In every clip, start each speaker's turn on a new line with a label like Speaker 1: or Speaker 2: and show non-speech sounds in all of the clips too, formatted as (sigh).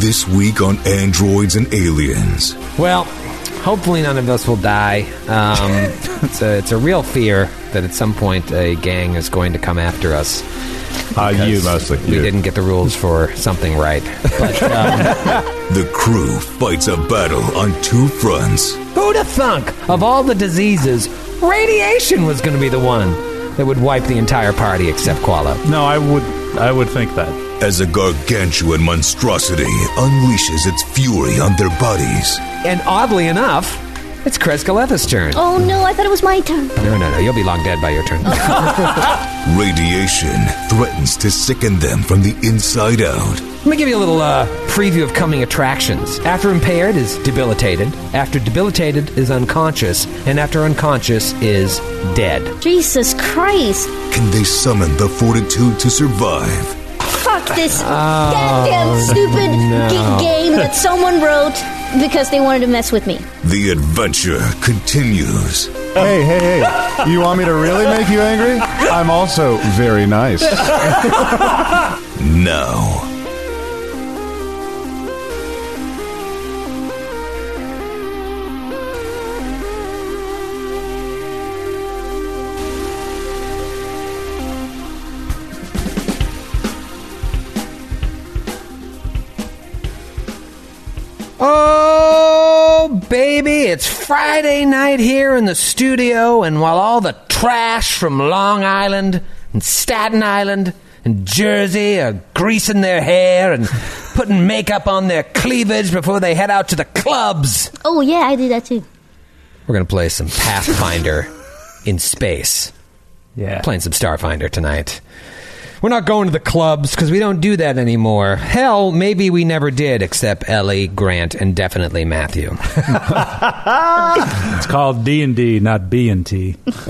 Speaker 1: This week on Androids and Aliens.
Speaker 2: Well, hopefully none of us will die. Um, it's, a, it's a real fear that at some point a gang is going to come after us.
Speaker 3: Uh, you
Speaker 2: because
Speaker 3: mostly.
Speaker 2: We
Speaker 3: you.
Speaker 2: didn't get the rules for something right. But, um,
Speaker 1: The crew fights a battle on two fronts.
Speaker 2: who'd have thunk of all the diseases, radiation was going to be the one that would wipe the entire party except Qualo.
Speaker 3: No, I would. I would think that.
Speaker 1: As a gargantuan monstrosity unleashes its fury on their bodies.
Speaker 2: And oddly enough, it's Chris Galetta's turn.
Speaker 4: Oh no, I thought it was my turn.
Speaker 2: No, no, no. You'll be long dead by your turn.
Speaker 1: Radiation threatens to sicken them from the inside out.
Speaker 2: Let me give you a little uh, preview of coming attractions. After impaired is debilitated. After debilitated is unconscious. And after unconscious is dead.
Speaker 4: Jesus Christ.
Speaker 1: Can they summon the fortitude to survive?
Speaker 4: Fuck this goddamn stupid
Speaker 2: no.
Speaker 4: ge- game that someone wrote because they wanted to mess with me.
Speaker 1: The adventure continues.
Speaker 5: Hey, hey, hey. You want me to really make you angry? I'm also very nice.
Speaker 1: Now.
Speaker 2: Oh, baby, it's Friday night here in the studio, and while all the trash from Long Island and Staten Island and Jersey are greasing their hair and putting makeup on their cleavage before they head out to the clubs,
Speaker 4: Oh yeah, I did that too.
Speaker 2: we're going to play some Pathfinder in space.
Speaker 3: Yeah.
Speaker 2: playing some Starfinder tonight. We're not going to the clubs because we don't do that anymore. Hell, maybe we never did, except Ellie, Grant, and definitely Matthew.
Speaker 3: It's called D and D, not B and (laughs) T. It's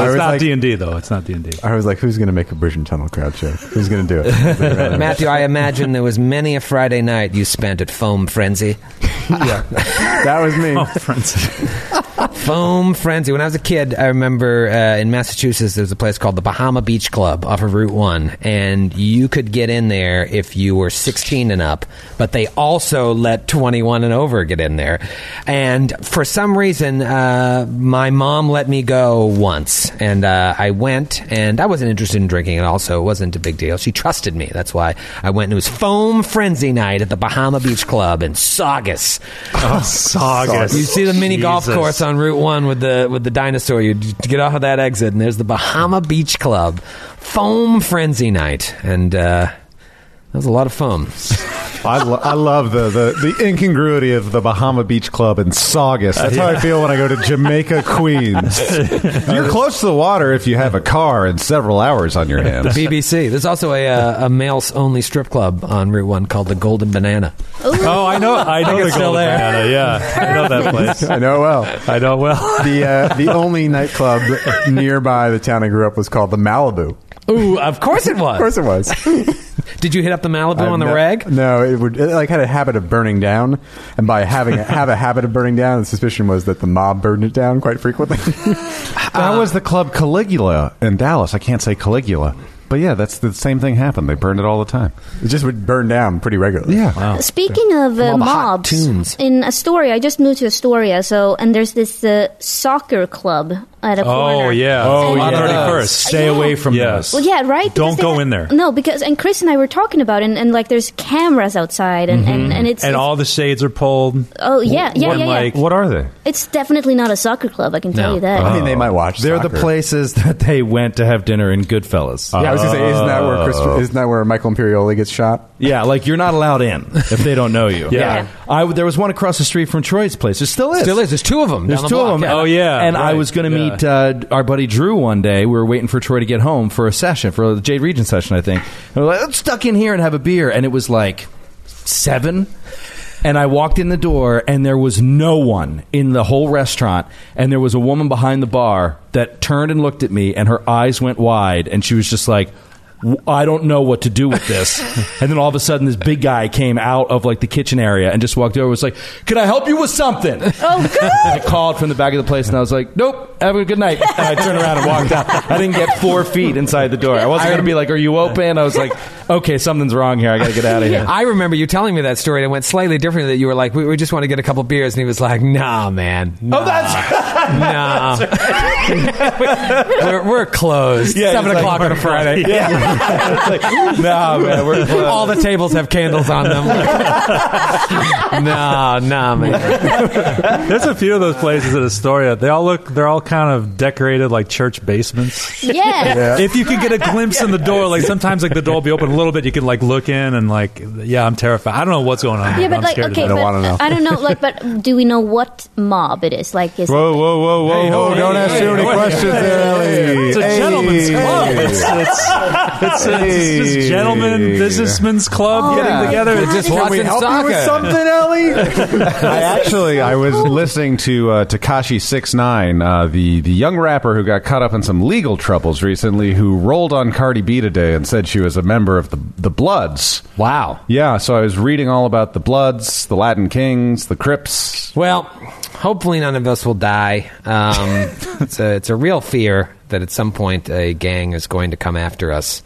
Speaker 5: was
Speaker 3: not
Speaker 5: like-
Speaker 3: D and D though. It's not D and D.
Speaker 5: I was like, who's going to make a bridge and tunnel crowd joke? Who's going to do it?
Speaker 2: Matthew, I imagine there was many a Friday night you spent at Foam Frenzy.
Speaker 5: That was me.
Speaker 2: Foam Frenzy. When I was a kid, I remember uh, in Massachusetts there was a place called the Bahama Beach Club off of Route 1, and you could get in there if you were 16 and up, but they also let 21 and over get in there. And for some reason, uh, my mom let me go once, and uh, I went, and I wasn't interested in drinking at all, so it wasn't a big deal. She trusted me. That's why I went, and it was Foam Frenzy night at the Bahama Beach Club in Saugus.
Speaker 3: Saugus.
Speaker 2: You see the mini golf
Speaker 3: Jesus.
Speaker 2: course on Route One with the with the dinosaur. You d- get off of that exit, and there's the Bahama Beach Club Foam Frenzy Night, and uh, that was a lot of foam.
Speaker 5: I, lo- I love the, the, the incongruity of the Bahama Beach Club in Saugus. That's how I feel when I go to Jamaica, Queens. You're close to the water if you have a car and several hours on your hands.
Speaker 2: BBC. There's also a uh, a male only strip club on Route One called the Golden Banana.
Speaker 3: (laughs) Oh, I know. I know the
Speaker 2: it's still
Speaker 3: Golden
Speaker 2: there.
Speaker 3: Banana, Yeah, I know
Speaker 4: (laughs)
Speaker 3: that place.
Speaker 5: I know well.
Speaker 3: I know well.
Speaker 5: The, uh, the only nightclub nearby the town I grew up was called the Malibu.
Speaker 2: Ooh, (laughs) of course it was.
Speaker 5: Of course it was.
Speaker 2: Did you hit up the Malibu on the
Speaker 5: I've ne-
Speaker 2: reg?
Speaker 5: No, it would it like had a habit of burning down, and by having a, have a habit of burning down, the suspicion was that the mob burned it down quite frequently. that was the club Caligula in Dallas. I can't say Caligula, but yeah, that's the same thing happened. They burned it all the time. (laughs) It just would burn down pretty regularly. Yeah,
Speaker 6: Oh,
Speaker 4: Speaking of uh,
Speaker 2: Love the hot
Speaker 4: mobs,
Speaker 2: tunes.
Speaker 4: in Astoria, I just moved to Astoria, so and there's this uh, soccer club at a
Speaker 3: (laughs)
Speaker 4: corner.
Speaker 3: Oh yeah. Oh
Speaker 2: yeah.
Speaker 3: Thirty
Speaker 2: Those.
Speaker 3: first.
Speaker 4: Yeah.
Speaker 3: from yes.
Speaker 4: Well, yeah, right.
Speaker 3: Don't
Speaker 4: Because they Mm-hmm.
Speaker 3: go
Speaker 4: had-
Speaker 3: in there.
Speaker 4: No, because and Chris and I were talking about it, and, and like there's cameras outside, and and, and it's,
Speaker 3: And
Speaker 4: it's-
Speaker 3: all the shades are pulled.
Speaker 4: oh yeah yeah
Speaker 3: one
Speaker 4: yeah, yeah.
Speaker 3: like-
Speaker 6: What are they?
Speaker 4: It's definitely not a soccer club. I can tell
Speaker 2: No.
Speaker 4: you that.
Speaker 7: Oh.
Speaker 5: I mean they might watch.
Speaker 6: They're the
Speaker 5: soccer.
Speaker 6: places that they went to have dinner in Goodfellas.
Speaker 5: Yeah, I was gonna say, isn't that where Chris, isn't that where Michael Imperioli gets shot?
Speaker 6: Yeah, like you're not allowed in if they don't know you.
Speaker 3: Yeah.
Speaker 6: I w there was one across the street from Troy's place. There still is.
Speaker 2: Still is. There's two of them.
Speaker 6: There's
Speaker 2: down the
Speaker 6: two
Speaker 2: block.
Speaker 6: of them.
Speaker 3: yeah. Oh, yeah,
Speaker 6: And I
Speaker 3: right,
Speaker 6: was going to
Speaker 3: yeah.
Speaker 6: meet uh, our buddy Drew one day. We were waiting for Troy to get home for a session, for a Jade Region session, I think. And we're like, let's duck in here and have a beer. And it was like seven. And I walked in the door, and there was no one in the whole restaurant. And there was a woman behind the bar that turned and looked at me, and her eyes went wide, and she was just like, "W- I don't know what to do with
Speaker 4: (laughs)
Speaker 6: this. and then all of a sudden, this big guy came out of like the kitchen area and just walked over. and Was like, "Can I help you with something?"
Speaker 4: Oh,
Speaker 6: (laughs) I
Speaker 4: good.
Speaker 6: called from the back of the place and I was like, "Nope, have a
Speaker 4: (laughs)
Speaker 6: good night." And I turned around and walked out. I didn't get four feet inside the door. I wasn't going to be like, "Are you open?" I was like, "Okay, something's wrong here. I got to get out of here."
Speaker 2: I remember you telling me that story and it went slightly different that you were like, we, we just want to get a couple beers. And he was like, nah, man. Nah,
Speaker 6: Oh, that's
Speaker 2: (laughs) nah. we're, we're closed.
Speaker 6: Yeah,
Speaker 2: Seven
Speaker 6: it's like
Speaker 2: o'clock on a Friday. (laughs)
Speaker 6: yeah. It's like, nah, man, we're closed.
Speaker 2: All the tables have candles on them. (laughs) nah, nah, man.
Speaker 3: There's a few of those places in Astoria. They all look. They're all kind of decorated like church basements.
Speaker 4: Yeah.
Speaker 3: If you could get a glimpse
Speaker 6: (laughs)
Speaker 3: in the door, like sometimes like the door will be open a little bit, you could like look in and like, yeah, I'm terrified. I don't know what's going on.
Speaker 4: Yeah, but
Speaker 3: I'm
Speaker 4: like,
Speaker 3: scared
Speaker 4: okay,
Speaker 3: of that.
Speaker 4: but
Speaker 5: wanna know.
Speaker 4: I don't know, like, but do we know what mob it is? Like, is
Speaker 5: Whoa, whoa, whoa, whoa,
Speaker 3: Hey,
Speaker 5: whoa!
Speaker 3: hey,
Speaker 5: Don't ask
Speaker 3: hey,
Speaker 5: too many
Speaker 3: hey,
Speaker 5: questions, there, Ellie.
Speaker 3: It's a
Speaker 5: Hey.
Speaker 3: gentleman's club. It's, it's, it's, it's
Speaker 5: Hey.
Speaker 3: just gentlemen, businessmen's club
Speaker 4: Oh,
Speaker 3: getting
Speaker 4: yeah.
Speaker 3: together.
Speaker 4: We're
Speaker 3: It's
Speaker 2: just
Speaker 3: just
Speaker 5: Can we
Speaker 2: watching
Speaker 5: help you
Speaker 2: soccer.
Speaker 5: with something, Ellie?
Speaker 2: (laughs)
Speaker 5: I actually, I was listening to uh, Takashi Six Nine, uh, the the young rapper who got caught up in some legal troubles recently, who rolled on Cardi B today and said she was a member of the the Bloods.
Speaker 2: Wow.
Speaker 5: Yeah, so I was reading all about the Bloods, the Latin Kings, the Crips.
Speaker 2: Well, hopefully none of us will die.
Speaker 6: (laughs)
Speaker 2: Um, it's, a, it's a real fear that at some point a gang is going to come after us.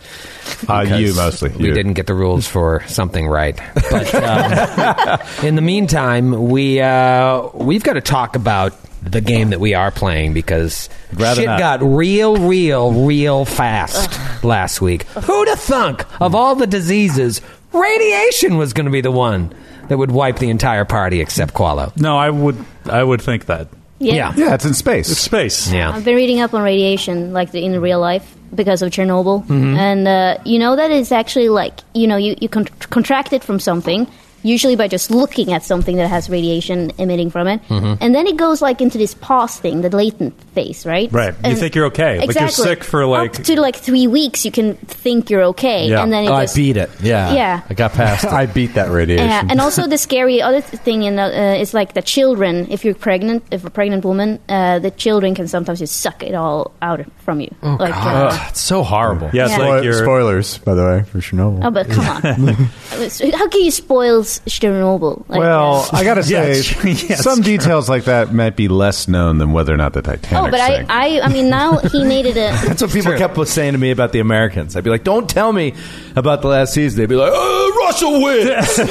Speaker 5: Uh,
Speaker 2: because
Speaker 5: you mostly.
Speaker 2: We
Speaker 5: You.
Speaker 2: didn't get the rules for something right. But um, (laughs) in the meantime, we uh, we've got to talk about the game that we are playing because
Speaker 6: rather
Speaker 2: shit
Speaker 6: not.
Speaker 2: got real, real, real fast last week. Who'd have thunk of all the diseases, radiation was going to be the one that would wipe the entire party except Qualo.
Speaker 3: no, I would, I would think that
Speaker 2: Yeah.
Speaker 5: Yeah, it's in space.
Speaker 3: it's space.
Speaker 2: Yeah.
Speaker 4: I've been reading up on radiation, like the, in real life, because of Chernobyl.
Speaker 3: Mm-hmm.
Speaker 4: And uh, you know that it's actually like, you know, you, you con- contract it from something, usually by just looking at something that has radiation emitting from it.
Speaker 3: Mm-hmm.
Speaker 4: And then it goes like into this pause thing, the latent phase, right?
Speaker 3: Right. You
Speaker 4: And-
Speaker 3: think you're okay. Like, you're
Speaker 4: Exactly.
Speaker 3: sick for, like-
Speaker 4: Up to like three weeks, you can think you're okay.
Speaker 3: Yeah.
Speaker 4: And then it
Speaker 6: Oh, I
Speaker 4: just-
Speaker 6: beat it. Yeah.
Speaker 4: Yeah.
Speaker 6: (laughs) I got past it.
Speaker 5: I beat that radiation.
Speaker 4: Yeah, Uh, and also the scary other th- thing in the, uh, is like the children. If you're pregnant, if a pregnant woman, uh, the children can sometimes just suck it all out from you.
Speaker 5: Oh,
Speaker 4: like, uh,
Speaker 6: Ugh, it's so horrible.
Speaker 3: Yeah, it's
Speaker 4: Yeah.
Speaker 3: like you're.
Speaker 5: Spoilers, by the way, for
Speaker 4: (laughs)
Speaker 5: Chernobyl.
Speaker 4: oh, but come
Speaker 5: (laughs)
Speaker 4: on, how can you spoil S- Chernobyl? Like,
Speaker 5: Well,
Speaker 4: uh,
Speaker 5: I gotta say,
Speaker 3: (laughs) Yes, yes,
Speaker 5: some
Speaker 3: true.
Speaker 5: details like that might be less known than whether or not the Titanic.
Speaker 4: oh, but I,
Speaker 5: sank.
Speaker 4: I, I mean, now
Speaker 5: (laughs)
Speaker 4: he needed a.
Speaker 6: That's what people kept saying to me about the Americans. I'd be like, "Don't tell me about the last season." They'd be like, "Oh, Russell (laughs) wins."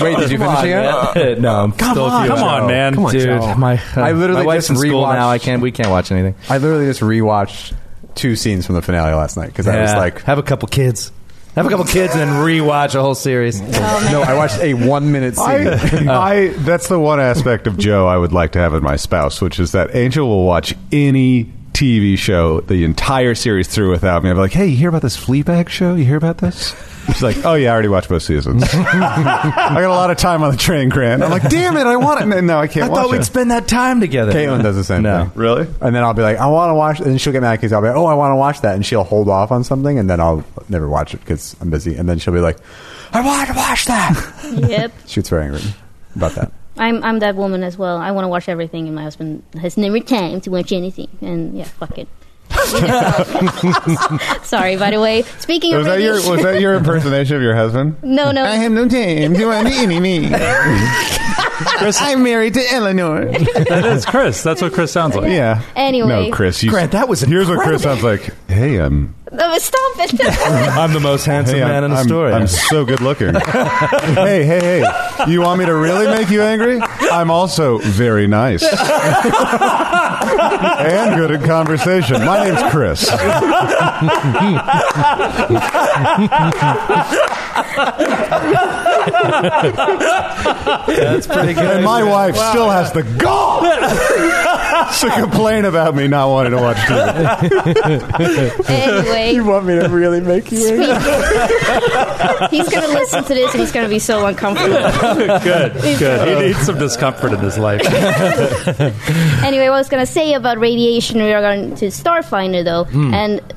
Speaker 2: Wait, did you finish it yet?
Speaker 6: it? no, I'm come still
Speaker 3: on,
Speaker 6: a few
Speaker 3: come
Speaker 6: hours
Speaker 3: on,
Speaker 6: out.
Speaker 3: man. Come on,
Speaker 6: dude.
Speaker 3: Joe.
Speaker 6: My, uh,
Speaker 5: I literally
Speaker 6: my wife's
Speaker 5: just
Speaker 6: in school
Speaker 5: rewatched-
Speaker 6: now. I can't. We can't watch anything.
Speaker 5: I literally just rewatched two scenes from the finale last night because I was
Speaker 6: Yeah.
Speaker 5: like,
Speaker 6: have a couple kids, have a couple kids, and then rewatch a whole series.
Speaker 5: no, I watched a one minute scene. (laughs) I, I that's the one aspect of Joe I would like to have in my spouse, which is that Angel will watch any. TV show the entire series through without me. I'm like, hey, you hear about this Fleabag show? You hear about this? She's like, oh yeah, I already watched
Speaker 6: (laughs)
Speaker 5: both seasons. I got a lot of time on the train, Grant. I'm like, damn it, I want it. No, I can't.
Speaker 6: I
Speaker 5: watch
Speaker 6: thought
Speaker 5: it.
Speaker 6: we'd spend that time together.
Speaker 5: Caitlin does the same
Speaker 6: No.
Speaker 5: thing. Really? And then I'll be like, I want to watch, and she'll get mad because I'll be like, oh, I want to watch that, and she'll hold off on something, and then I'll never watch it because I'm busy, and then she'll be like, I want to watch that.
Speaker 4: yep,
Speaker 5: she gets very angry about (laughs) that.
Speaker 4: I'm, I'm that woman as well. I want to watch everything, and my husband has never time to watch anything. And yeah, fuck
Speaker 5: (laughs)
Speaker 4: it. (laughs) Sorry, by the way. Speaking of radiation- (laughs)
Speaker 5: that your impersonation of your (laughs) husband?
Speaker 4: No, no. I have
Speaker 5: no time to any me. I'm married to Eleanor.
Speaker 3: That is Chris. That's what Chris sounds
Speaker 4: (laughs)
Speaker 3: like.
Speaker 5: Yeah.
Speaker 4: Anyway.
Speaker 5: no, Chris. You,
Speaker 6: Grant, that was
Speaker 5: here's what Chris sounds like. Hey, um, I'm
Speaker 4: Oh, stop
Speaker 5: (laughs)
Speaker 4: it.
Speaker 6: I'm the most handsome
Speaker 5: Hey,
Speaker 6: man in the
Speaker 5: I'm,
Speaker 6: story.
Speaker 5: I'm so good (laughs) looking. hey, hey, hey. You want me to really make you angry? I'm also very nice. and good at conversation. My name's Chris.
Speaker 6: That's pretty good.
Speaker 5: And my wife still has the
Speaker 6: (laughs)
Speaker 5: gall to complain about me not wanting to watch TV.
Speaker 4: anyway.
Speaker 5: want me to really make you angry?
Speaker 4: He's gonna listen to this and he's gonna be so uncomfortable.
Speaker 3: Good, good. He needs some discomfort in his life.
Speaker 4: anyway, what I was gonna say about radiation we are going to Starfinder though,
Speaker 2: Hmm.
Speaker 4: and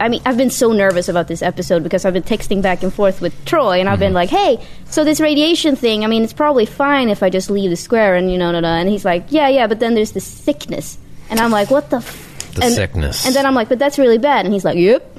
Speaker 4: I mean I've been so nervous about this episode because I've been texting back and forth with Troy and I've
Speaker 2: Hmm.
Speaker 4: been like, Hey, so this radiation thing, I mean it's probably fine if I just leave the square and you know, no, no. and he's like, Yeah, yeah, but then there's the sickness. And I'm like, What the f-
Speaker 2: The sickness.
Speaker 4: And then I'm like, but that's really bad. And he's like, yep. (laughs)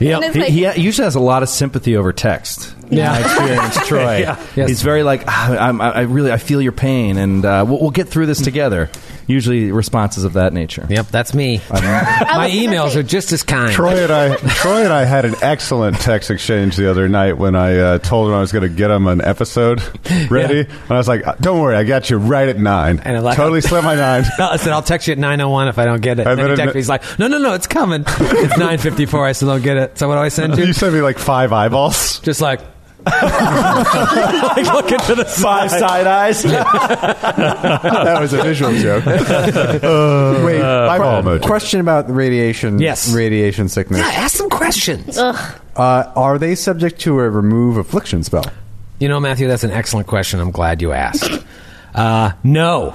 Speaker 2: Yep.
Speaker 4: And it's
Speaker 6: He,
Speaker 4: like,
Speaker 6: he usually has a lot of sympathy over text. Yeah, I
Speaker 5: (laughs)
Speaker 6: experienced Troy.
Speaker 2: Yes.
Speaker 6: He's very like, "Ah, I'm, I I really, I feel your pain, and uh, we'll, we'll get through this together. Usually, responses of that nature.
Speaker 2: Yep, that's me.
Speaker 4: I
Speaker 2: My
Speaker 4: was gonna
Speaker 2: emails
Speaker 4: say-
Speaker 2: are just as kind.
Speaker 5: Troy and
Speaker 2: (laughs)
Speaker 5: I, Troy and I had an excellent text exchange the other night when I uh, told him I was going to get him an
Speaker 2: (laughs)
Speaker 5: episode ready, and I was like, "Don't worry, I got you right at nine.
Speaker 2: And I like-
Speaker 5: totally slipped
Speaker 2: (laughs)
Speaker 5: my nine.
Speaker 2: I said I'll text you at nine oh one if I don't get it.
Speaker 5: I
Speaker 2: And then he
Speaker 5: better-
Speaker 2: texted me. He's like, no, no, no, it's coming. it's nine fifty four. I still don't get it. So what do I send
Speaker 7: (laughs)
Speaker 5: you
Speaker 2: you?
Speaker 5: sent me like
Speaker 2: (laughs)
Speaker 5: five eyeballs.
Speaker 2: Just like, like looking to the side.
Speaker 6: side eyes.
Speaker 5: That was a visual (laughs) joke. Wait, Uh, eyeball emoji.
Speaker 7: Question about radiation.
Speaker 2: Yes.
Speaker 7: Radiation sickness.
Speaker 2: Yeah, ask some questions.
Speaker 4: Ugh.
Speaker 7: Uh, are they subject to a remove affliction spell?
Speaker 2: You know, Matthew, that's an excellent question. I'm glad you asked. Uh, no,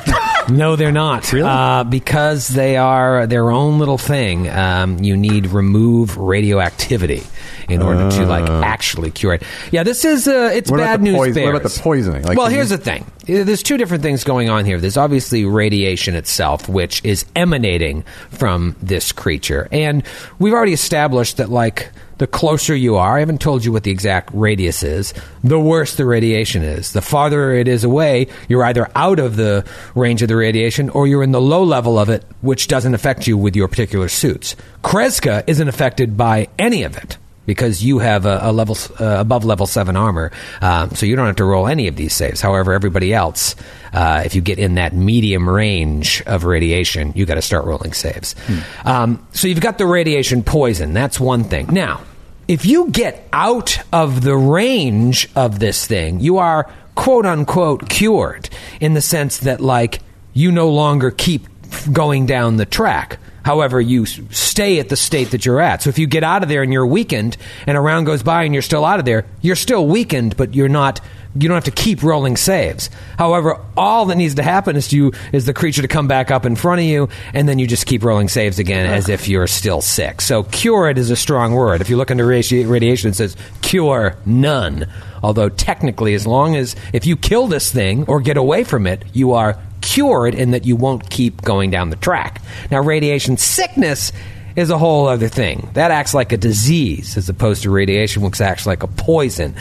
Speaker 2: (laughs) no, they're not. Really? Uh, because they are their own little thing. Um, you need remove radioactivity in order to like actually cure it. Yeah, this is uh, it's
Speaker 7: Uh. What about
Speaker 2: bad
Speaker 7: the
Speaker 2: news.
Speaker 7: poison- what
Speaker 2: bears.
Speaker 7: about the poisoning? Like,
Speaker 2: well,
Speaker 7: can
Speaker 2: here's
Speaker 7: you-
Speaker 2: the thing. There's two different things going on here. There's obviously radiation itself, which is emanating from this creature, and we've already established that like. The closer you are, I haven't told you what the exact radius is, the worse the radiation is. The farther it is away, you're either out of the range of the radiation or you're in the low level of it, which doesn't affect you with your particular suits. Kreska isn't affected by any of it because you have a, a level s- uh, above level seven armor, um, so you don't have to roll any of these saves. However, everybody else, uh, if you get in that medium range of radiation, you got to start rolling saves. Um, so you've got the radiation poison. That's one thing. Now, if you get out of the range of this thing, you are quote unquote cured in the sense that like you no longer keep f- going down the track. However, you s- stay at the state that you're at. So if you get out of there and you're weakened, and a round goes by and you're still out of there, you're still weakened, but you're not. You don't have to keep rolling saves. However, all that needs to happen is you is the creature to come back up in front of you, and then you just keep rolling saves again as if you're still sick. So cure it is a strong word. If you look into radi- radiation, it says cure none. Although technically, as long as if you kill this thing or get away from it, you are cured in that you won't keep going down the track. Now, radiation sickness is a whole other thing. That acts like a disease as opposed to radiation, which acts like a poison.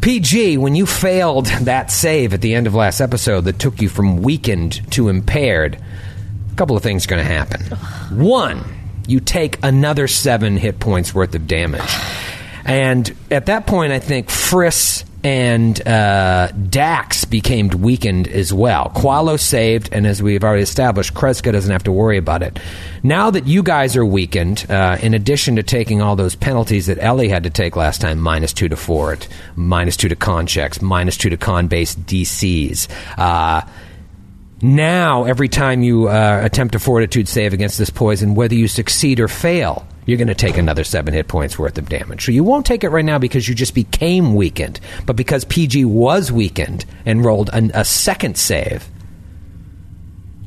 Speaker 2: PG, when you failed (laughs) that save at the end of last episode that took you from weakened to impaired, a couple of things are going to happen. One, you take another seven hit points worth of damage. And at that point, I think Friss and uh, Dax became weakened as well. Qualo saved, and as we've already established, Kreska doesn't have to worry about it. Now that you guys are weakened, uh, in addition to taking all those penalties that Ellie had to take last time minus two to forward, minus two to con checks, minus two to con based DCs. Uh, now, every time you uh, attempt a fortitude save against this poison, whether you succeed or fail, you're going to take another seven hit points worth of damage. So you won't take it right now because you just became weakened. But because PG was weakened and rolled an, a second save,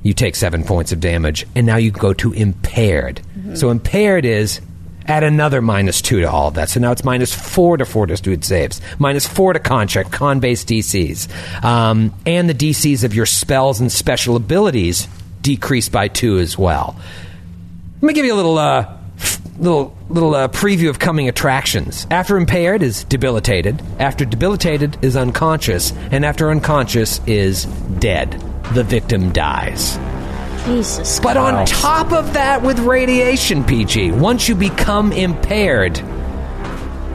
Speaker 2: you take seven points of damage, and now you go to impaired. So impaired is add another minus two to all of that. So now it's minus four to fortitude saves, minus four to contract, con based DCs, um, and the DCs of your spells and special abilities decrease by two as well. Let me give you a little, uh, little, little uh, preview of coming attractions. After impaired is debilitated. After debilitated is unconscious, and after unconscious is dead. The victim dies.
Speaker 4: Jesus.
Speaker 2: But on top of that, with radiation, PG, once you become impaired,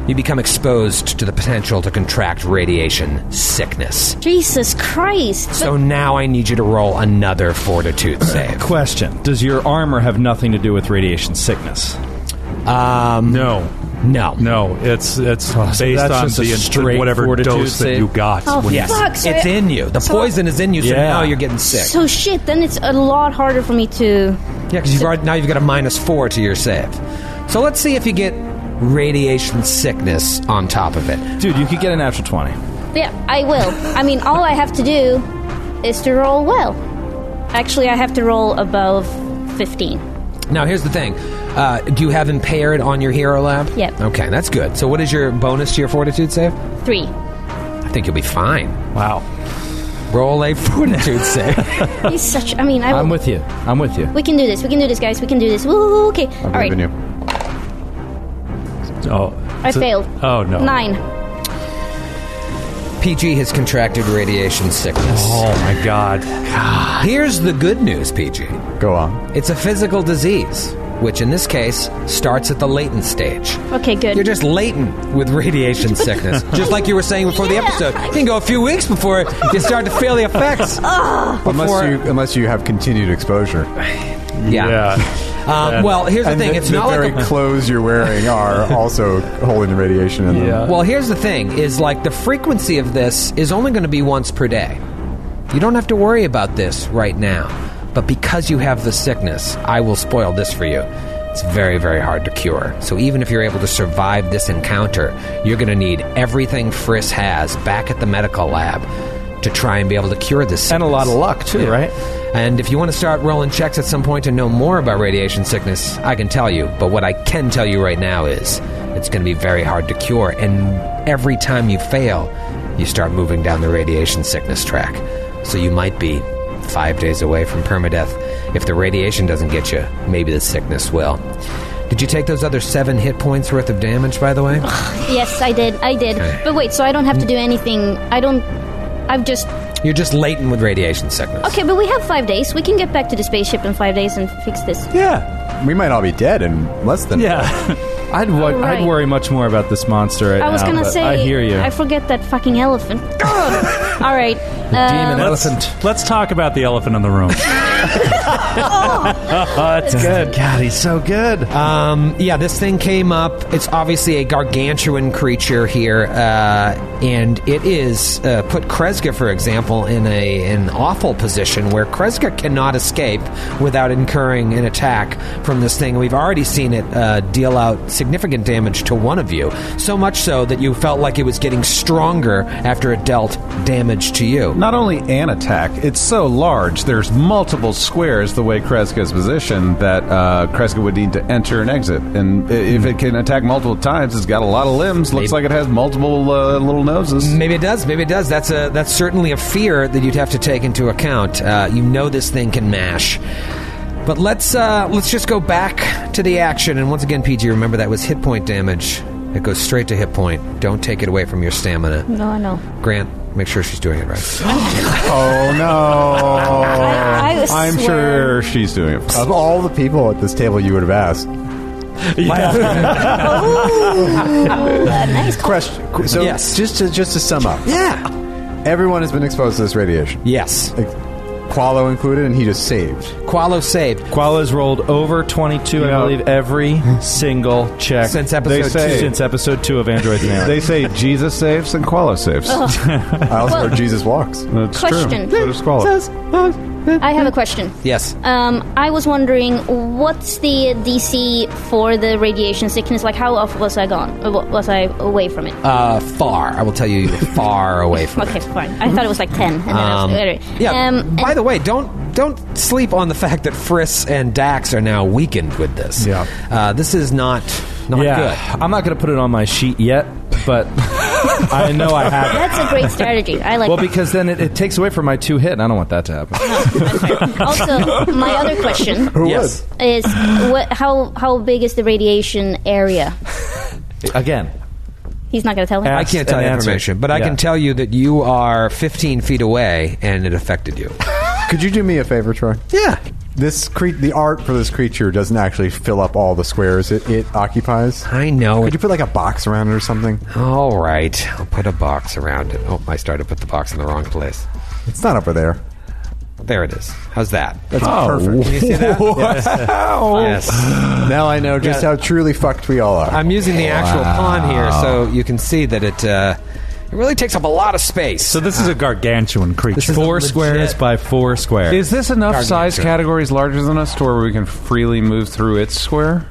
Speaker 2: you become exposed to the potential to contract radiation sickness.
Speaker 4: Jesus Christ.
Speaker 2: So now I need you to roll another
Speaker 4: (coughs)
Speaker 2: fortitude save.
Speaker 6: (laughs) Question: Does your armor have nothing to do with radiation sickness?
Speaker 3: No,
Speaker 2: Um, No.
Speaker 3: no, it's it's
Speaker 6: so
Speaker 3: based
Speaker 6: that's
Speaker 3: on
Speaker 6: just a
Speaker 3: the
Speaker 6: straight
Speaker 3: whatever
Speaker 6: fortitude
Speaker 3: dose that
Speaker 6: save?
Speaker 3: you got.
Speaker 4: Oh,
Speaker 3: when you-
Speaker 2: Yes.
Speaker 4: Fuck, so
Speaker 2: it's
Speaker 4: it-
Speaker 2: in you. The
Speaker 4: so-
Speaker 2: poison is in you, so
Speaker 6: Yeah.
Speaker 2: now you're getting sick.
Speaker 4: So shit, then it's a lot harder for me to.
Speaker 2: yeah, because you've already, now you've got a minus four to your save. So let's see if you get radiation sickness on top of it.
Speaker 6: Dude, you could get a natural twenty.
Speaker 4: Yeah, I will. I mean, all I have to do is to roll well. Actually, I have to roll above 15.
Speaker 2: Now, here's the thing. Uh, do you have impaired on your hero lab?
Speaker 4: Yep.
Speaker 2: Okay, that's good. So, what is your bonus to your fortitude save?
Speaker 4: Three.
Speaker 2: I think you'll be fine.
Speaker 3: Wow.
Speaker 2: Roll a (laughs) fortitude save.
Speaker 4: (laughs) He's such. I mean, I.
Speaker 6: I'm with you. I'm with you.
Speaker 4: We can do this. We can do this, guys. We can do this. Woo, okay. All
Speaker 7: I believe
Speaker 4: right.
Speaker 7: in you.
Speaker 3: Oh,
Speaker 4: I failed.
Speaker 3: Oh no.
Speaker 4: Nine.
Speaker 2: PG has contracted radiation sickness.
Speaker 3: Oh my god.
Speaker 2: Here's the good news, PG.
Speaker 7: Go on.
Speaker 2: It's a physical disease, which in this case starts at the latent stage.
Speaker 4: Okay, good.
Speaker 2: You're just latent with
Speaker 4: (laughs)
Speaker 2: radiation sickness. just like you were saying before the episode. You can go a few weeks before you start to feel the
Speaker 4: (laughs)
Speaker 2: effects.
Speaker 4: Oh.
Speaker 7: Unless
Speaker 2: Before-
Speaker 7: you, unless you have continued exposure.
Speaker 2: Yeah. Um, well, here's the
Speaker 7: and
Speaker 2: thing.
Speaker 7: the,
Speaker 2: it's
Speaker 7: the
Speaker 2: not
Speaker 7: very
Speaker 2: like a,
Speaker 7: clothes you're wearing
Speaker 2: (laughs)
Speaker 7: are also holding the radiation in them.
Speaker 6: Uh,
Speaker 3: Yeah.
Speaker 2: Well, here's the thing is like the frequency of this is only going to be once per day. You don't have to worry about this right now. But because you have the sickness, I will spoil this for you. It's very, very hard to cure. So even if you're able to survive this encounter, you're going to need everything Friss has back at the medical lab to try and be able to cure this sickness.
Speaker 6: And a lot of luck, too, right?
Speaker 2: And if you want to start rolling checks at some point to know more about radiation sickness, I can tell you. But what I can tell you right now is it's going to be very hard to cure. And every time you fail, you start moving down the radiation sickness track. So you might be five days away from permadeath. If the radiation doesn't get you, maybe the sickness will. Did you take those other seven hit points worth of damage, by the way?
Speaker 4: Yes, I did. I did. But wait, so I don't have to do anything. I don't. I've just.
Speaker 2: You're just latent with radiation sickness.
Speaker 4: Okay, but we have five days. We can get back to the spaceship in five days and fix this.
Speaker 3: Yeah.
Speaker 7: We might all be dead in less than
Speaker 6: (laughs)
Speaker 3: Yeah.
Speaker 6: I'd wo-
Speaker 4: right.
Speaker 6: I'd worry much more about this monster. Right
Speaker 4: I was
Speaker 6: now,
Speaker 4: gonna
Speaker 6: but
Speaker 4: say.
Speaker 6: I hear you.
Speaker 4: I forget that fucking elephant. God. All right.
Speaker 6: demon
Speaker 4: um,
Speaker 3: Let's-
Speaker 6: elephant.
Speaker 3: Let's talk about the elephant in the
Speaker 4: (laughs)
Speaker 6: (laughs)
Speaker 3: room.
Speaker 6: That's good. God, he's so good.
Speaker 2: Um, yeah, this thing came up. It's obviously a gargantuan creature here, uh, and it is uh, put Kreska, for example, in a an awful position where Kreska cannot escape without incurring an attack from this thing. We've already seen it uh, deal out significant damage to one of you, so much so that you felt like it was getting stronger after it dealt damage to you.
Speaker 5: Not only an attack, it's so large, there's multiple squares the way Kreska is positioned that uh, Kreska would need to enter and exit. And i- if it can attack multiple times, it's got a lot of limbs, looks like it has multiple uh, little noses.
Speaker 2: Maybe it does. Maybe it does. That's a that's certainly a fear that you'd have to take into account. Uh, you know this thing can mash. But let's uh, let's just go back to the action. And once again, PG, remember that was hit point damage. It goes straight to hit point. Don't take it away from your stamina.
Speaker 4: No, I know.
Speaker 2: Grant, make sure she's doing it right.
Speaker 7: Oh no!
Speaker 2: (laughs)
Speaker 4: I, I
Speaker 5: I'm
Speaker 4: swear.
Speaker 5: sure she's doing it.
Speaker 7: of all the people at this table, you would have asked. (laughs)
Speaker 4: Nice.
Speaker 7: Question. qu- So
Speaker 2: Yes.
Speaker 7: just to just to sum up,
Speaker 2: Yeah.
Speaker 7: everyone has been exposed to this radiation,
Speaker 2: Yes.
Speaker 7: Like, Qualo included, and he just saved.
Speaker 2: Qualo saved.
Speaker 6: Quala's rolled over 22, I
Speaker 5: know-
Speaker 6: believe, every single check
Speaker 2: Since episode They
Speaker 5: say- two.
Speaker 6: Since episode two of Android Man.
Speaker 5: They say Jesus saves and Qualo saves.
Speaker 7: I also
Speaker 4: Well-
Speaker 7: heard Jesus walks.
Speaker 5: That's
Speaker 4: Oh, Question.
Speaker 5: true. So does Qualo.
Speaker 4: I have a question.
Speaker 2: Yes.
Speaker 4: Um, I was wondering, what's the DC for the radiation sickness? Like, how off was I gone? Uh, wa- Was I away from it?
Speaker 2: Uh, far. I will tell you, you were far (laughs) away from.
Speaker 4: okay, fine. I thought it was like ten. And then I
Speaker 2: Um,
Speaker 4: was, anyway.
Speaker 2: yeah.
Speaker 4: Um,
Speaker 2: by the way, don't don't sleep on the fact that Friss and Dax are now weakened with this.
Speaker 6: Yeah.
Speaker 2: Uh, this is not not
Speaker 6: yeah. I'm not going to put it on my sheet yet, (laughs) but I know I have it.
Speaker 4: that's a great strategy. I like.
Speaker 6: Well, because then it, it takes away from my two hit, and I don't want that to happen.
Speaker 4: also, my other question
Speaker 2: good. Yes.
Speaker 4: is, what, how how big is the radiation area?
Speaker 6: Again,
Speaker 4: He's not going to tell me.
Speaker 2: I can't tell
Speaker 6: An
Speaker 2: you
Speaker 6: answer.
Speaker 2: information, but I
Speaker 6: Yeah.
Speaker 2: can tell you that you are 15 feet away and it affected you.
Speaker 7: Could you do me a favor, Troy?
Speaker 2: Yeah.
Speaker 7: This cre- the art for this creature doesn't actually fill up all the squares it, it occupies.
Speaker 2: I know.
Speaker 7: Could you put like a box around it or something?
Speaker 2: All right. I'll put a box around it. Oh, I started to put the box in the wrong place.
Speaker 7: It's not over there.
Speaker 2: There it is. How's that? Oh.
Speaker 7: That's perfect.
Speaker 2: Can you see that? Yes.
Speaker 7: (laughs) Now I know just
Speaker 2: Yeah.
Speaker 7: how truly fucked we all are.
Speaker 2: (sighs) I'm using the actual pawn here so you can see that it uh, it really takes up a lot of space.
Speaker 3: So this is a gargantuan creature.
Speaker 6: four squares by four squares.
Speaker 5: Is this enough
Speaker 2: Gargant
Speaker 5: size
Speaker 2: Joe.
Speaker 5: categories larger than us to where we can freely move through its square?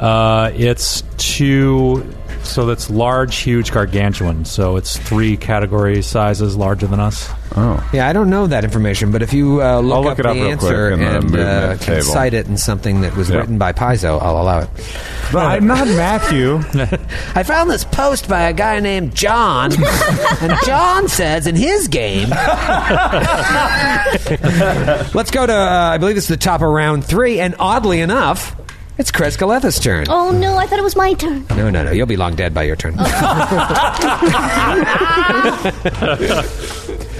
Speaker 3: Uh, it's two So that's large, huge, gargantuan. So it's three category sizes larger than us.
Speaker 2: Yeah, I don't know that information, but if you uh, look,
Speaker 5: look
Speaker 2: up
Speaker 5: it
Speaker 2: the
Speaker 5: up real quick
Speaker 2: answer
Speaker 5: and then
Speaker 2: and
Speaker 5: move
Speaker 2: uh,
Speaker 5: that
Speaker 2: can
Speaker 5: table.
Speaker 2: cite it in something that was
Speaker 5: Yeah.
Speaker 2: written by Paizo, I'll allow it.
Speaker 5: But I'm not Matthew.
Speaker 2: I found this post by a guy named John, and John says in his game. Let's go to, uh, I believe this is the top of round three, and oddly enough, it's Chris Galetha's turn.
Speaker 4: Oh no, I thought it was my turn.
Speaker 2: No, no, no, you'll be long dead by your turn.
Speaker 6: Oh,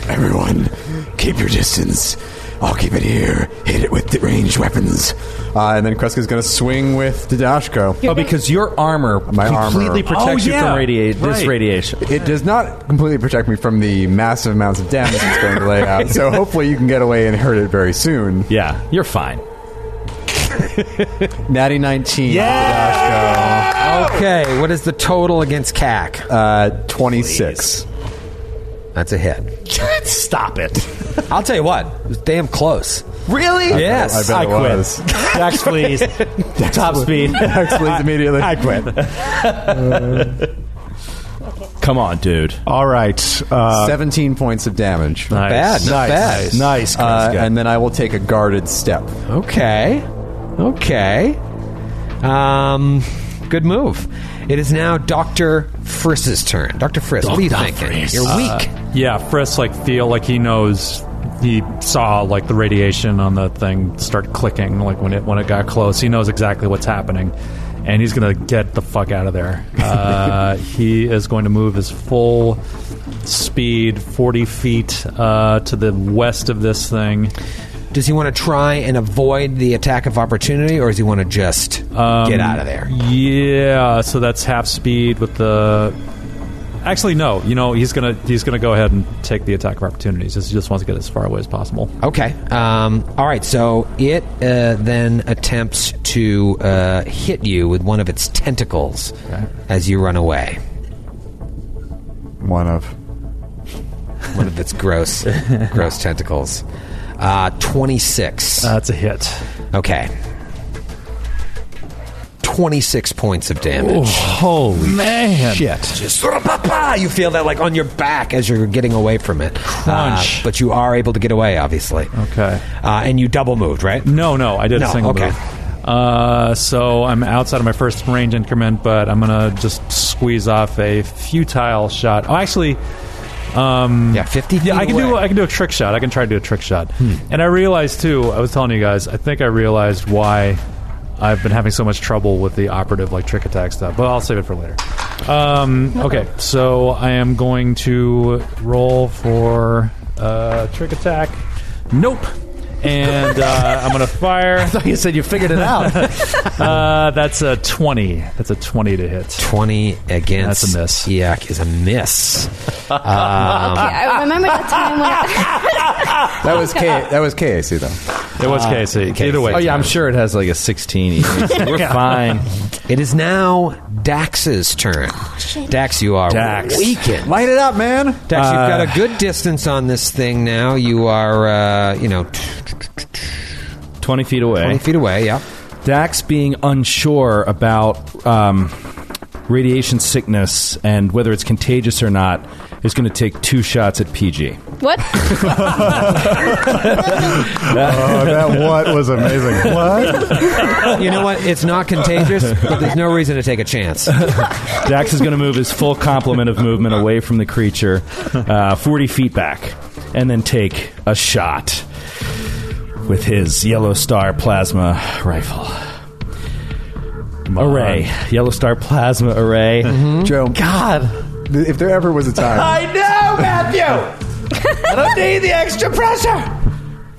Speaker 8: Everyone, keep your distance. I'll keep it here. Hit it with the ranged weapons.
Speaker 7: Uh, and then Kreska's going to swing with Didashko.
Speaker 6: Oh, because your armor
Speaker 7: My armor.
Speaker 6: completely protects
Speaker 3: Oh,
Speaker 6: you
Speaker 3: yeah.
Speaker 6: from radiate this
Speaker 3: Right.
Speaker 6: radiation.
Speaker 7: It does not completely protect me from the massive amounts of damage it's going to lay out,
Speaker 2: (laughs)
Speaker 7: so hopefully you can get away and hurt it very soon.
Speaker 6: Yeah, you're fine.
Speaker 7: Natty 19.
Speaker 2: okay, what is the total against CAC?
Speaker 7: Uh, 26.
Speaker 2: That's a hit.
Speaker 6: Stop it.
Speaker 2: I'll tell you what, it was damn close.
Speaker 6: Really?
Speaker 2: Yes.
Speaker 7: I bet it was.
Speaker 6: Dax, please. Top (laughs) speed.
Speaker 7: Excellent immediately.
Speaker 6: (laughs) Uh, Come on, dude.
Speaker 5: All right. Uh,
Speaker 7: 17 points of damage.
Speaker 2: Not bad, not bad.
Speaker 6: Nice, nice, Chris.
Speaker 7: Uh, and then I will take a guarded step.
Speaker 2: Okay. Okay. Um, good move. It is now Dr. Friss's turn. Dr. Friss, what are you thinking? You're weak.
Speaker 3: Yeah, Frisk like feel like he knows he saw like the radiation on the thing start clicking like when it when it got close. He knows exactly what's happening, and he's gonna get the fuck out of (laughs) there. Uh, he is going to move his full speed, forty feet uh, to the west of this thing.
Speaker 2: Does he want to try and avoid the attack of opportunity, or does he want to just get out of there?
Speaker 3: Yeah, so that's half speed with the. Actually, no. You know he's gonna he's gonna go ahead and take the attack of opportunities. He just wants to get as far away as possible.
Speaker 2: Okay. Um, all right. So it uh, then attempts to uh, hit you with one of its tentacles as you run away.
Speaker 7: One of.
Speaker 2: One of its gross, gross tentacles. Uh, Twenty-six.
Speaker 3: That's a hit.
Speaker 2: Okay. 26 points of damage.
Speaker 3: Holy man! Shit.
Speaker 2: Just sort of pa-pa, You feel that like on your back as you're getting away from it.
Speaker 3: Crunch.
Speaker 2: Uh, but you are able to get away, obviously.
Speaker 3: Okay.
Speaker 2: Uh, and you double moved, right?
Speaker 3: No, no, I did
Speaker 2: No,
Speaker 3: a single
Speaker 2: okay.
Speaker 3: move. Uh, so I'm outside of my first range increment, but I'm gonna just squeeze off a futile shot. Oh, actually,
Speaker 2: Yeah, 50
Speaker 3: Mm. yeah,
Speaker 2: feet
Speaker 3: I can
Speaker 2: away.
Speaker 3: do I can do a trick shot. I can try to do a trick shot. And I realized too. I was telling you guys. I think I realized why I've been having so much trouble with the operative like trick attack stuff. But I'll save it for later. Um, okay, so I am going to roll for uh, trick attack. Nope. And uh, I'm gonna fire.
Speaker 6: (laughs) you said you figured it out.
Speaker 3: Uh, that's a twenty. That's a twenty to hit.
Speaker 2: 20 against.
Speaker 3: That's a miss.
Speaker 2: Yuck is a miss.
Speaker 9: Okay,
Speaker 4: Ah.
Speaker 9: I remember that time when
Speaker 4: (laughs)
Speaker 7: That was K. That was KAC
Speaker 2: (laughs)
Speaker 7: though.
Speaker 3: It was KC. Either way.
Speaker 6: oh yeah, I'm sure it has like a (laughs) 16. We're fine.
Speaker 2: It is now Dax's turn. Dax, you are
Speaker 6: Dax.
Speaker 2: weakened.
Speaker 7: Light it up, man.
Speaker 2: Dax, you've
Speaker 3: Uh.
Speaker 2: got a good distance on this thing now. You are, uh, you know,
Speaker 6: 20 Uh, feet
Speaker 2: 20
Speaker 6: away.
Speaker 2: feet away, yeah.
Speaker 6: Dax being unsure about um, radiation sickness and whether it's contagious or not is going to take two shots at PG.
Speaker 9: what?
Speaker 5: oh, that what
Speaker 2: (laughs)
Speaker 5: was amazing. What?
Speaker 2: You know what? It's not contagious, but there's no reason to take a chance.
Speaker 6: Dax is going to move his full complement of movement away from the creature, uh, 40 feet back, and then take a shot with his Yellow Star Plasma Rifle. Array. Yellow Star Plasma Array.
Speaker 3: Mm-hmm.
Speaker 2: Hmm?
Speaker 7: Joe,
Speaker 6: God.
Speaker 7: th- if there ever was
Speaker 2: (laughs)
Speaker 7: a time,
Speaker 6: know, Matthew! I don't need the extra pressure!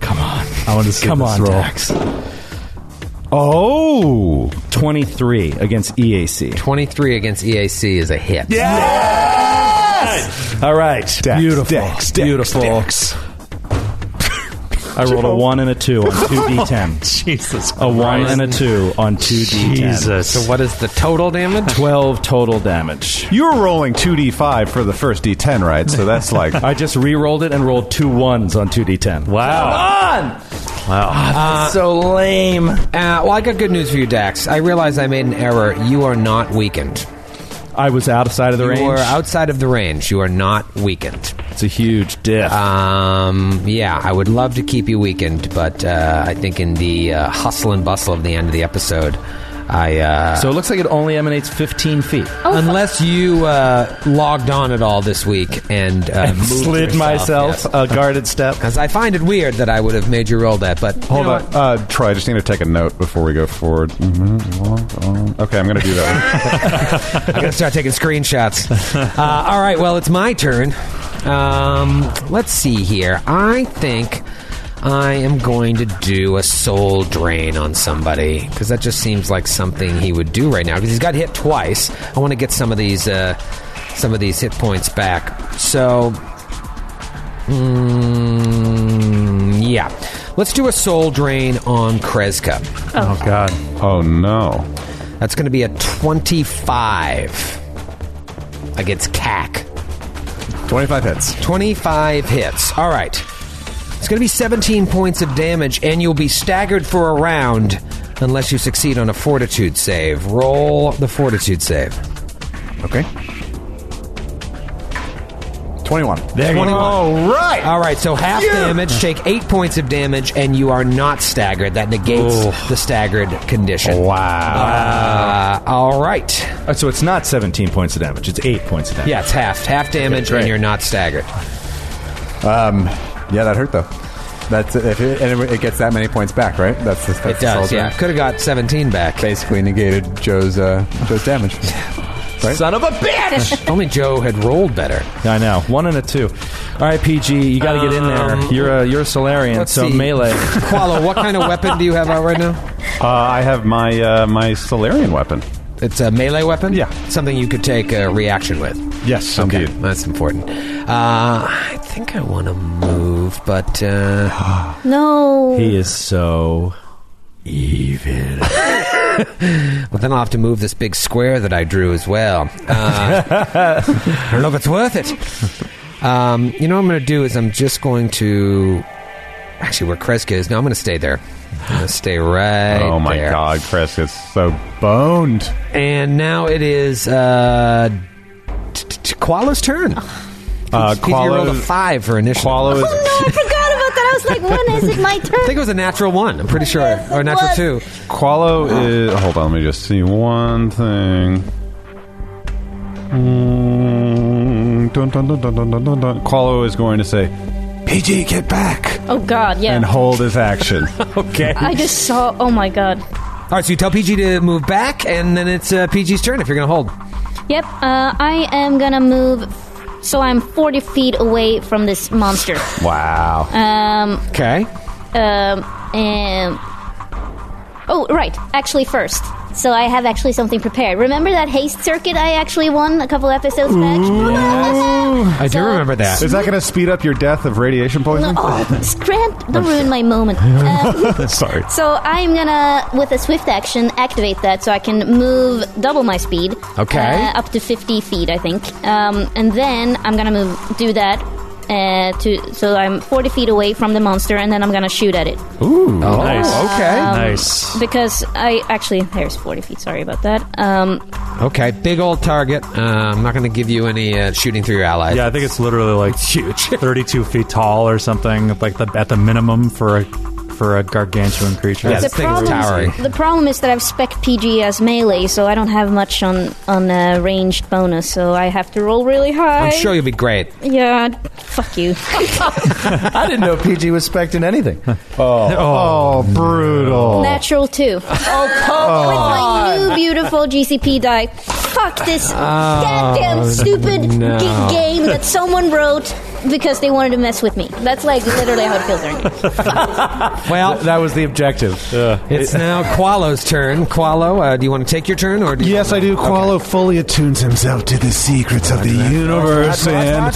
Speaker 6: Come on.
Speaker 3: I want to see
Speaker 6: Come
Speaker 3: this
Speaker 6: on,
Speaker 3: roll.
Speaker 6: Dax.
Speaker 5: Oh.
Speaker 6: 23 against E EAC.
Speaker 2: 23 against EAC is a hit. Yeah.
Speaker 6: All right.
Speaker 5: Dex,
Speaker 6: Beautiful.
Speaker 5: Dex, Dex,
Speaker 6: Beautiful.
Speaker 5: Dex.
Speaker 6: I rolled a 1 and a 2 on 2d10.
Speaker 3: (laughs) Jesus.
Speaker 6: A 1
Speaker 3: Christ.
Speaker 6: and a 2 on 2d10.
Speaker 3: Jesus.
Speaker 2: So what is the total damage?
Speaker 6: 12 total damage.
Speaker 5: You were rolling 2d5 for the first d10, right? So
Speaker 6: (laughs)
Speaker 5: that's like.
Speaker 6: I just re-rolled it and rolled two ones on 2d10.
Speaker 3: Wow.
Speaker 6: so lame.
Speaker 2: Uh, well, I got good news for you, Dax. I realize I made an error. You are not weakened.
Speaker 6: I was outside of the
Speaker 2: you
Speaker 6: range.
Speaker 2: are outside of the range. You are not weakened.
Speaker 6: It's a huge diff.
Speaker 2: Um, yeah, I would love to keep you weakened, but uh, I think in the uh, hustle and bustle of the end of the episode, I uh,
Speaker 6: so it looks like it only emanates 15 feet.
Speaker 2: unless you uh, logged on at all this week and, uh, moved
Speaker 6: (laughs) Slid
Speaker 2: yourself,
Speaker 6: myself
Speaker 2: yes.
Speaker 6: a guarded step.
Speaker 2: Because I find it weird that I would have made you roll that, but
Speaker 5: Hold on, uh, Troy. I just need to take a note before we go forward. Mm-hmm. Okay, I'm going to do
Speaker 6: (laughs)
Speaker 5: that.
Speaker 2: I'm gonna start taking screenshots. Uh, all right, well, it's my turn. Um, let's see here. I think I am going to do a soul drain on somebody because that just seems like something he would do right now because he's got hit twice. I want to get some of these uh, some of these hit points back. So Mm, yeah. Let's do a soul drain on Kreska.
Speaker 3: Oh God.
Speaker 5: oh no!
Speaker 2: That's going to be a 25 against CAC.
Speaker 7: 25 hits.
Speaker 2: 25 hits. All right. It's going to be 17 points of damage, and you'll be staggered for a round unless you succeed on a fortitude save. Roll the fortitude save.
Speaker 7: Okay. 21.
Speaker 3: There you go.
Speaker 5: All right.
Speaker 2: All right, so half damage, take eight points of damage, and you are not staggered. That negates the staggered condition. Wow. Uh, all right.
Speaker 6: Uh, So it's not 17 points of damage. It's 8 points of damage.
Speaker 2: Yeah, it's half. Half damage,
Speaker 6: great.
Speaker 2: and you're not staggered.
Speaker 7: Yeah, that hurt though. That's if it, and it, it gets that many points back, right? That's the, that's
Speaker 2: It does,
Speaker 7: the
Speaker 2: yeah. Could have got 17 back.
Speaker 7: Basically negated Joe's uh,
Speaker 2: (laughs)
Speaker 7: Joe's damage.
Speaker 6: Son of a bitch!
Speaker 2: If (laughs) only Joe had rolled better.
Speaker 6: (laughs) I know. One and a two. All right, PG, you got to get in there. You're a you're a Solarian,
Speaker 2: Let's
Speaker 6: so
Speaker 2: see.
Speaker 6: melee.
Speaker 2: Qualo, what kind of weapon do you have out right now?
Speaker 5: Uh, I have my uh, my Solarian weapon.
Speaker 2: It's a melee weapon?
Speaker 5: Yeah.
Speaker 2: Something you could take a reaction with.
Speaker 5: Yes,
Speaker 2: Okay,
Speaker 5: indeed.
Speaker 2: that's important. Uh, I think I want to move, but uh,
Speaker 4: No.
Speaker 6: He is so evil.
Speaker 2: well, then I'll have to move this big square that I drew as well.
Speaker 5: (laughs)
Speaker 2: Uh, I don't know if it's worth it. Um, you know what I'm going to do is I'm just going to actually where Kreska is. No, I'm going to stay there. I'm going to stay right.
Speaker 5: oh my
Speaker 2: there.
Speaker 5: God, Chris, it's so boned.
Speaker 2: And now it is uh, t- t- Koala's turn.
Speaker 5: Uh,
Speaker 2: He rolled a
Speaker 5: Qualo,
Speaker 2: five for initial.
Speaker 5: Qualo
Speaker 4: Oh no,
Speaker 5: is
Speaker 4: I forgot about that. I was like, when is it my turn?
Speaker 2: I think it was a natural one. I'm pretty sure,
Speaker 4: Yes,
Speaker 2: or a
Speaker 4: it
Speaker 2: natural
Speaker 4: was.
Speaker 2: two.
Speaker 5: Qualo is. Hold on, let me just see one thing. Mm, dun, dun, dun, dun, dun, dun, dun, dun. Qualo is going to say, "PG, get back!"
Speaker 4: oh god, yeah.
Speaker 5: and hold his action.
Speaker 6: (laughs) okay.
Speaker 4: I just saw. Oh my god.
Speaker 2: All right, so you tell PG to move back, and then it's uh, PG's turn if you're going to hold.
Speaker 4: Yep. Uh, I am gonna move. So I'm 40 feet away from this monster.
Speaker 5: wow.
Speaker 4: Um.
Speaker 2: Okay.
Speaker 4: Um. And. Oh right. Actually, first. So I have actually something prepared. Remember that haste circuit I actually won a couple episodes back? (laughs)
Speaker 2: I do
Speaker 4: So-
Speaker 2: remember that.
Speaker 5: Is that going to speed up your death of radiation
Speaker 4: No,
Speaker 5: poisoning?
Speaker 2: (laughs)
Speaker 4: oh, Grant, don't ruin my moment. Um,
Speaker 5: Sorry.
Speaker 4: So I'm gonna, with a swift action, activate that so I can move double my speed.
Speaker 2: Okay.
Speaker 4: Uh, up to 50 feet, I think. Um, and then I'm gonna move, do that. Uh, to so I'm 40 feet away from the monster, and then I'm gonna shoot at it
Speaker 3: Nice.
Speaker 2: okay.
Speaker 3: Oh, Nice.
Speaker 4: because I actually there's 40 feet. Sorry about that. Um,
Speaker 2: Okay, big old target. Uh, I'm not going to give you any uh, shooting through your allies.
Speaker 3: Yeah, I think it's literally like
Speaker 6: (laughs)
Speaker 3: huge, 32 feet tall or something, like the, at the minimum for a for a gargantuan creature.
Speaker 2: Yeah,
Speaker 4: the
Speaker 2: this thing is towering.
Speaker 4: problem, the problem is that I've spec PG as melee, so I don't have much on on uh, ranged bonus. So I have to roll really high.
Speaker 2: I'm sure you'll be great.
Speaker 4: Yeah, fuck you.
Speaker 6: (laughs) I didn't know PG was expecting anything.
Speaker 5: Oh, brutal.
Speaker 4: Natural two. Oh come With my new beautiful GCP die. Fuck this goddamn stupid
Speaker 2: no.
Speaker 4: g- game that someone wrote because they wanted to mess with me. That's like literally how it feels right now.
Speaker 2: Well,
Speaker 6: That was the objective.
Speaker 2: it's now Qualo's turn. Qualo, uh, do you want to take your turn, or do you
Speaker 8: Yes, I do. Qualo fully attunes himself to the secrets of the universe and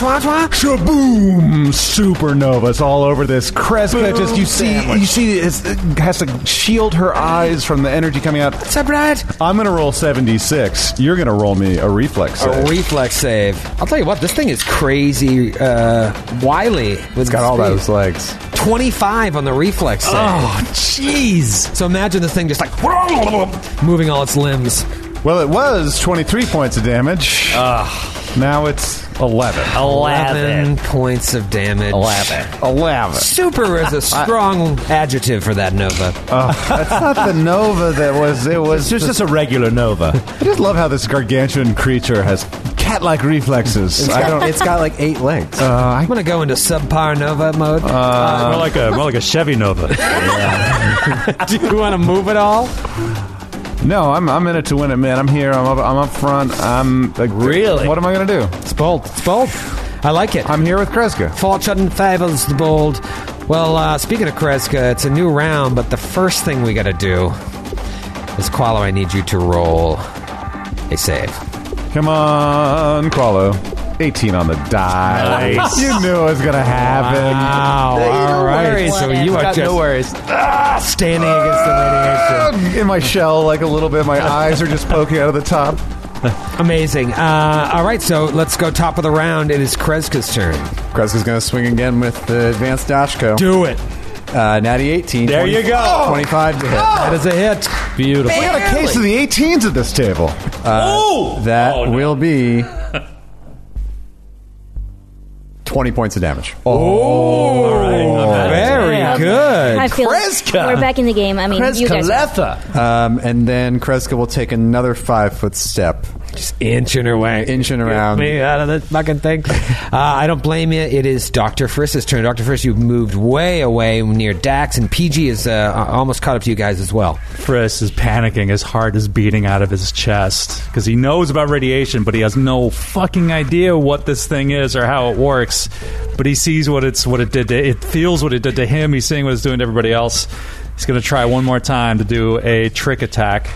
Speaker 5: Shaboom! Supernovas all over this Kreska. Just you see, you see, it's, it has to shield her eyes from the energy coming out.
Speaker 2: What's up, Brad?
Speaker 5: I'm gonna roll 76. You're gonna roll me a reflex.
Speaker 2: A
Speaker 6: Oh,
Speaker 5: save.
Speaker 2: reflex save. I'll tell you what, this thing is crazy. Uh, Wiley has
Speaker 7: Got all those legs.
Speaker 2: 25 on the reflex save.
Speaker 6: jeez.
Speaker 2: So imagine this thing just like moving all its limbs.
Speaker 5: Well, it was 23 points of damage. Now it's
Speaker 6: (laughs)
Speaker 5: 11.
Speaker 2: 11 points of damage. 11.
Speaker 5: 11.
Speaker 2: Super is a strong adjective for that Nova.
Speaker 5: That's not the Nova that was. It was
Speaker 6: It's just a regular
Speaker 5: (laughs)
Speaker 6: Nova.
Speaker 5: I just love how this gargantuan creature has cat-like reflexes.
Speaker 7: It's
Speaker 5: I
Speaker 7: got,
Speaker 5: don't.
Speaker 7: it's got like eight legs.
Speaker 5: uh, I,
Speaker 2: I'm going to go into subpar Nova mode.
Speaker 7: Uh,
Speaker 3: more like a more like a Chevy
Speaker 6: (laughs)
Speaker 3: Nova.
Speaker 2: (laughs) Do you want to move at all?
Speaker 5: no, I'm, I'm in it to win it, man. I'm here. I'm up, I'm up front. I'm like,
Speaker 6: Really?
Speaker 5: What am I gonna do?
Speaker 2: It's bold. It's bold. I like it.
Speaker 5: I'm here with Kreska.
Speaker 2: Fortune favors the bold. Well, uh, speaking of Kreska, it's a new round, but the first thing we got to do is, Qualo, I need you to roll a save.
Speaker 5: Come on, Qualo. 18 on the die. you knew it was gonna happen.
Speaker 2: all right.
Speaker 4: worries.
Speaker 2: So you are
Speaker 6: Got
Speaker 2: just
Speaker 6: no worries.
Speaker 2: standing against the radiation.
Speaker 5: (laughs) In my shell, like a little bit. My eyes are just poking out of the top.
Speaker 2: Amazing. Uh, all right, so let's go top of the round. It is Kreska's turn.
Speaker 7: Kreska's going to swing again with the advanced dashko.
Speaker 2: Do it.
Speaker 7: Uh, natty 18. There
Speaker 3: you go.
Speaker 7: 25 to hit.
Speaker 2: That is a hit.
Speaker 6: Beautiful.
Speaker 5: We got a case of the 18s at this table.
Speaker 3: Uh,
Speaker 4: Oh!
Speaker 7: That will
Speaker 5: (laughs)
Speaker 7: be 20 points of damage.
Speaker 3: Oh.
Speaker 5: Oh.
Speaker 2: Very
Speaker 4: Yeah.
Speaker 2: good.
Speaker 4: I feel like
Speaker 6: Kreska.
Speaker 4: we're back in the game. I mean, you guys.
Speaker 7: Um, and then Kreska will take another five foot step,
Speaker 2: Just inching her way.
Speaker 7: inching
Speaker 2: Get
Speaker 7: around.
Speaker 2: me out of this fucking (laughs) thing. Uh, I don't blame you. It is Dr. Friss's turn. Dr. Friss, you've moved way away near Dax, and PG is uh, almost caught up to you guys as well.
Speaker 3: Chris is panicking. His heart is beating out of his chest because he knows about radiation, but he has no fucking idea what this thing is or how it works. But he sees what it's what it did. To, it feels what it did to him. He's seeing what it's doing to everybody else. He's gonna try one more time to do a trick attack.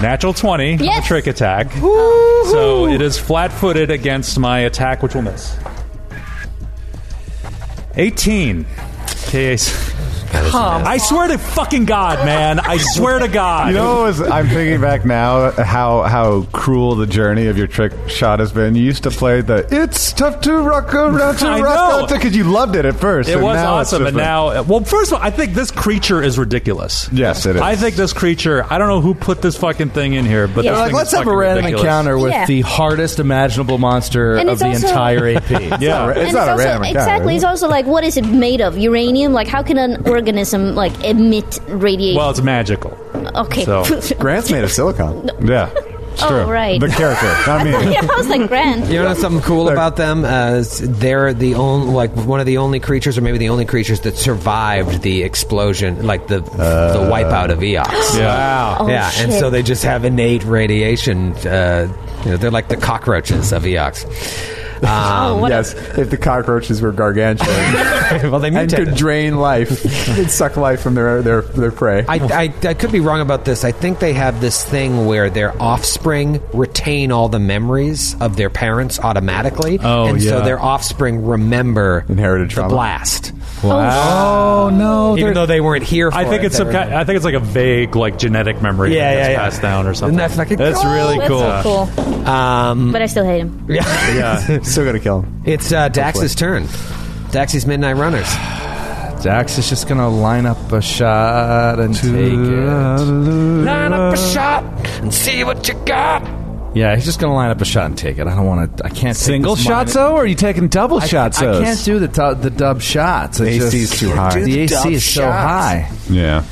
Speaker 3: Natural twenty. on the
Speaker 4: Yes!
Speaker 3: Trick attack. So it is flat-footed against my attack, which will miss. Eighteen. Case. Tom, I swear to fucking God, man. I swear to God.
Speaker 5: You know, as I'm thinking back now how how cruel the journey of your trick shot has been. You used to play the "It's tough to rock around to
Speaker 3: (laughs) I know.
Speaker 5: rock" because you loved it at first.
Speaker 3: it
Speaker 5: and
Speaker 3: was
Speaker 5: now it's
Speaker 3: awesome,
Speaker 5: just
Speaker 3: and
Speaker 5: like-
Speaker 3: now, well, first of all, I think this creature is ridiculous.
Speaker 5: Yes, it is.
Speaker 3: I think this creature. I don't know who put this fucking thing in here, but
Speaker 4: Yeah.
Speaker 3: this
Speaker 4: Like,
Speaker 3: thing
Speaker 6: Let's
Speaker 3: is
Speaker 6: have a
Speaker 3: fucking
Speaker 6: random
Speaker 3: ridiculous.
Speaker 6: encounter with
Speaker 4: Yeah.
Speaker 6: the hardest imaginable monster
Speaker 4: And
Speaker 6: of
Speaker 4: it's
Speaker 6: the
Speaker 4: also-
Speaker 6: entire
Speaker 4: (laughs)
Speaker 6: AP.
Speaker 5: yeah,
Speaker 4: And
Speaker 5: it's not a
Speaker 4: also,
Speaker 5: random encounter,
Speaker 4: Exactly.
Speaker 5: is
Speaker 4: It's
Speaker 5: it?
Speaker 4: also like, what is it made of? Uranium? Like, how can an organism like emit radiation?
Speaker 3: Well, it's magical.
Speaker 4: okay. (laughs)
Speaker 3: so-
Speaker 7: Grant's made of silicon.
Speaker 5: Yeah, it's
Speaker 4: Oh,
Speaker 5: true.
Speaker 4: right.
Speaker 5: The character, not me.
Speaker 4: (laughs) yeah, I was like, grand.
Speaker 2: You know something cool about them? Uh, is they're the only, like one of the only creatures, or maybe the only creatures that survived the explosion, like the the wipeout of Eox.
Speaker 3: Wow.
Speaker 4: Uh, (gasps) Oh,
Speaker 2: yeah, and
Speaker 4: shit.
Speaker 2: so they just have innate radiation. Uh, you know, they're like the cockroaches of
Speaker 4: (laughs)
Speaker 2: Eox. Um,
Speaker 4: Oh, what a-
Speaker 7: yes, if the cockroaches were gargantuan
Speaker 2: (laughs) well, they
Speaker 7: and
Speaker 2: mutated.
Speaker 7: could drain life, could suck life from their their, their prey.
Speaker 2: I, I, I could be wrong about this. I think they have this thing where their offspring retain all the memories of their parents automatically.
Speaker 3: Oh,
Speaker 2: and so
Speaker 3: yeah.
Speaker 2: their offspring remember
Speaker 7: Inherited
Speaker 2: the
Speaker 7: trauma.
Speaker 2: blast.
Speaker 3: Oh no.
Speaker 2: Even though they weren't here for
Speaker 3: I think
Speaker 2: it,
Speaker 3: it's some
Speaker 2: they
Speaker 3: kind, I think it's like a vague like genetic memory
Speaker 2: Yeah,
Speaker 3: that
Speaker 2: yeah,
Speaker 3: gets
Speaker 2: yeah.
Speaker 3: passed down or something.
Speaker 2: Isn't that fucking
Speaker 3: That's
Speaker 2: cool?
Speaker 3: really
Speaker 4: Oh, that's
Speaker 3: cool.
Speaker 4: so cool.
Speaker 2: were- um,
Speaker 4: But I still hate him.
Speaker 7: Uh, Still gonna kill him.
Speaker 2: It's uh, Dax's turn. Dax's Midnight Runners.
Speaker 6: Dax is just gonna line up a shot and take it.
Speaker 2: Line up a shot and see what you got.
Speaker 6: Yeah, he's just gonna line up a shot and take it. I don't want to. I can't take
Speaker 5: Single
Speaker 6: this
Speaker 5: shot,
Speaker 6: minus-
Speaker 5: so or are you taking double
Speaker 6: I,
Speaker 5: shot,
Speaker 6: I can't do the du- the dub shots. The
Speaker 7: AC is too high.
Speaker 6: The AC is so high.
Speaker 5: Yeah.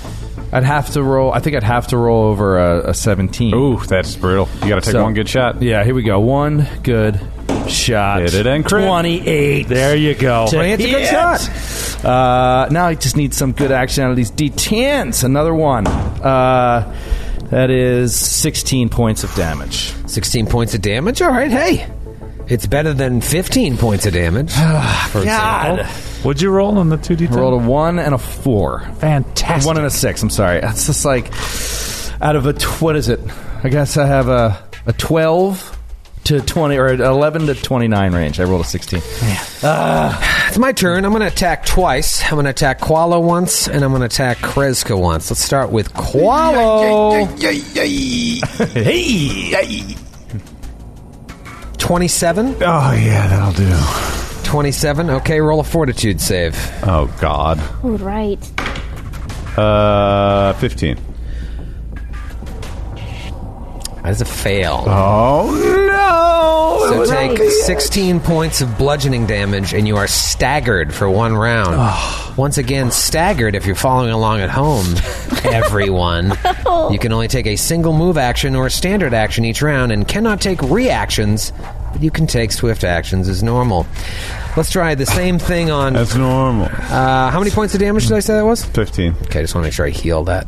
Speaker 6: I'd have to roll. I think I'd have to roll over a, a seventeen.
Speaker 5: Ooh, that's brutal. You got to take
Speaker 6: So-
Speaker 5: one good shot.
Speaker 6: Yeah, here we go. One good shot.
Speaker 5: Hit it and crit.
Speaker 6: Twenty-eight.
Speaker 3: There you go.
Speaker 6: to
Speaker 2: it's a good
Speaker 6: hit.
Speaker 2: shot.
Speaker 6: Uh, now I just need some good action out of these D10s. Another one. Uh, that is 16 points of damage.
Speaker 2: 16 points of damage? All right, hey. It's better than 15 points of damage. for example.
Speaker 3: Would you roll on the two D
Speaker 6: I rolled a 1 and a 4.
Speaker 3: fantastic.
Speaker 6: One and a 6, I'm sorry. That's just like, out of a, tw- what is it? I guess I have a, a 12 to 20, or an 11 to 29 range. I rolled a 16.
Speaker 2: It's my turn. I'm going to attack twice. I'm going to attack Koala once, and I'm going to attack Kreska once. Let's start with Koala.
Speaker 6: Hey!
Speaker 2: 27?
Speaker 5: Oh yeah, that'll do.
Speaker 2: 27. Okay, roll a fortitude save.
Speaker 5: Oh god.
Speaker 4: Oh, right.
Speaker 5: Uh, 15.
Speaker 2: That is a fail.
Speaker 5: Oh no!
Speaker 2: So
Speaker 5: It
Speaker 2: take 16 points of bludgeoning damage, and you are staggered for one round. Once again, staggered if you're following along at
Speaker 5: (laughs)
Speaker 2: home, everyone. You can only take a single move action or standard action each round and cannot take reactions, but you can take swift actions as normal. Let's try the same thing on.
Speaker 5: That's normal.
Speaker 2: Uh, how many points of damage did I say that was?
Speaker 5: Fifteen.
Speaker 2: Okay, I just want to make sure I heal that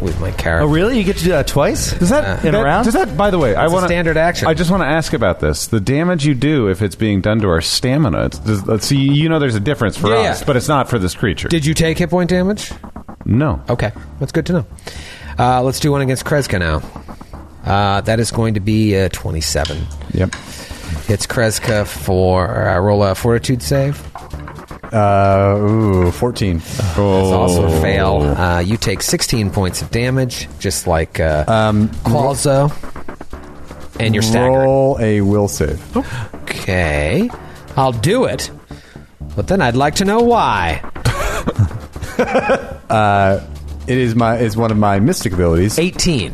Speaker 2: with my character.
Speaker 6: Oh, really? You get to do that twice?
Speaker 5: Does that,
Speaker 6: in a
Speaker 5: that-
Speaker 6: round?
Speaker 5: Does that? By the way, I
Speaker 2: That's a
Speaker 5: want
Speaker 2: standard action.
Speaker 5: I just want to ask about this. The damage you do if it's being done to our stamina. It's, does, let's see. You know, there's a difference for
Speaker 2: Yeah, yeah.
Speaker 5: us, but it's not for this creature.
Speaker 2: Did you take hit point damage?
Speaker 5: no.
Speaker 2: Okay, that's good to know. Uh, let's do one against Kreska now. Uh, that is going to be uh, 27.
Speaker 5: Yep.
Speaker 2: It's Kreska for uh, roll a fortitude save.
Speaker 7: Uh, ooh, 14.
Speaker 2: It's also a fail. Uh, you take 16 points of damage, just like uh, Qualzo. And you're staggered. Oh.
Speaker 7: Roll a will save.
Speaker 2: Okay, I'll do it. But then I'd like to know why.
Speaker 7: It is my is one of my mystic abilities.
Speaker 2: 18.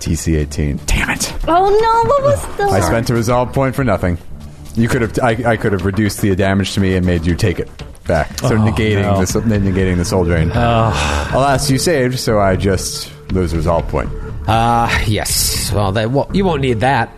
Speaker 7: TC 18. Damn it!
Speaker 9: Oh no! What was the?
Speaker 7: I spent a resolve point for nothing. You could have I, I could have reduced the damage to me and made you take it back.
Speaker 2: Oh,
Speaker 7: So negating
Speaker 3: no.
Speaker 7: the the negating the soul drain. Alas, you saved, so I just lose a resolve point.
Speaker 2: Uh, yes. Well, they, well, you won't need that.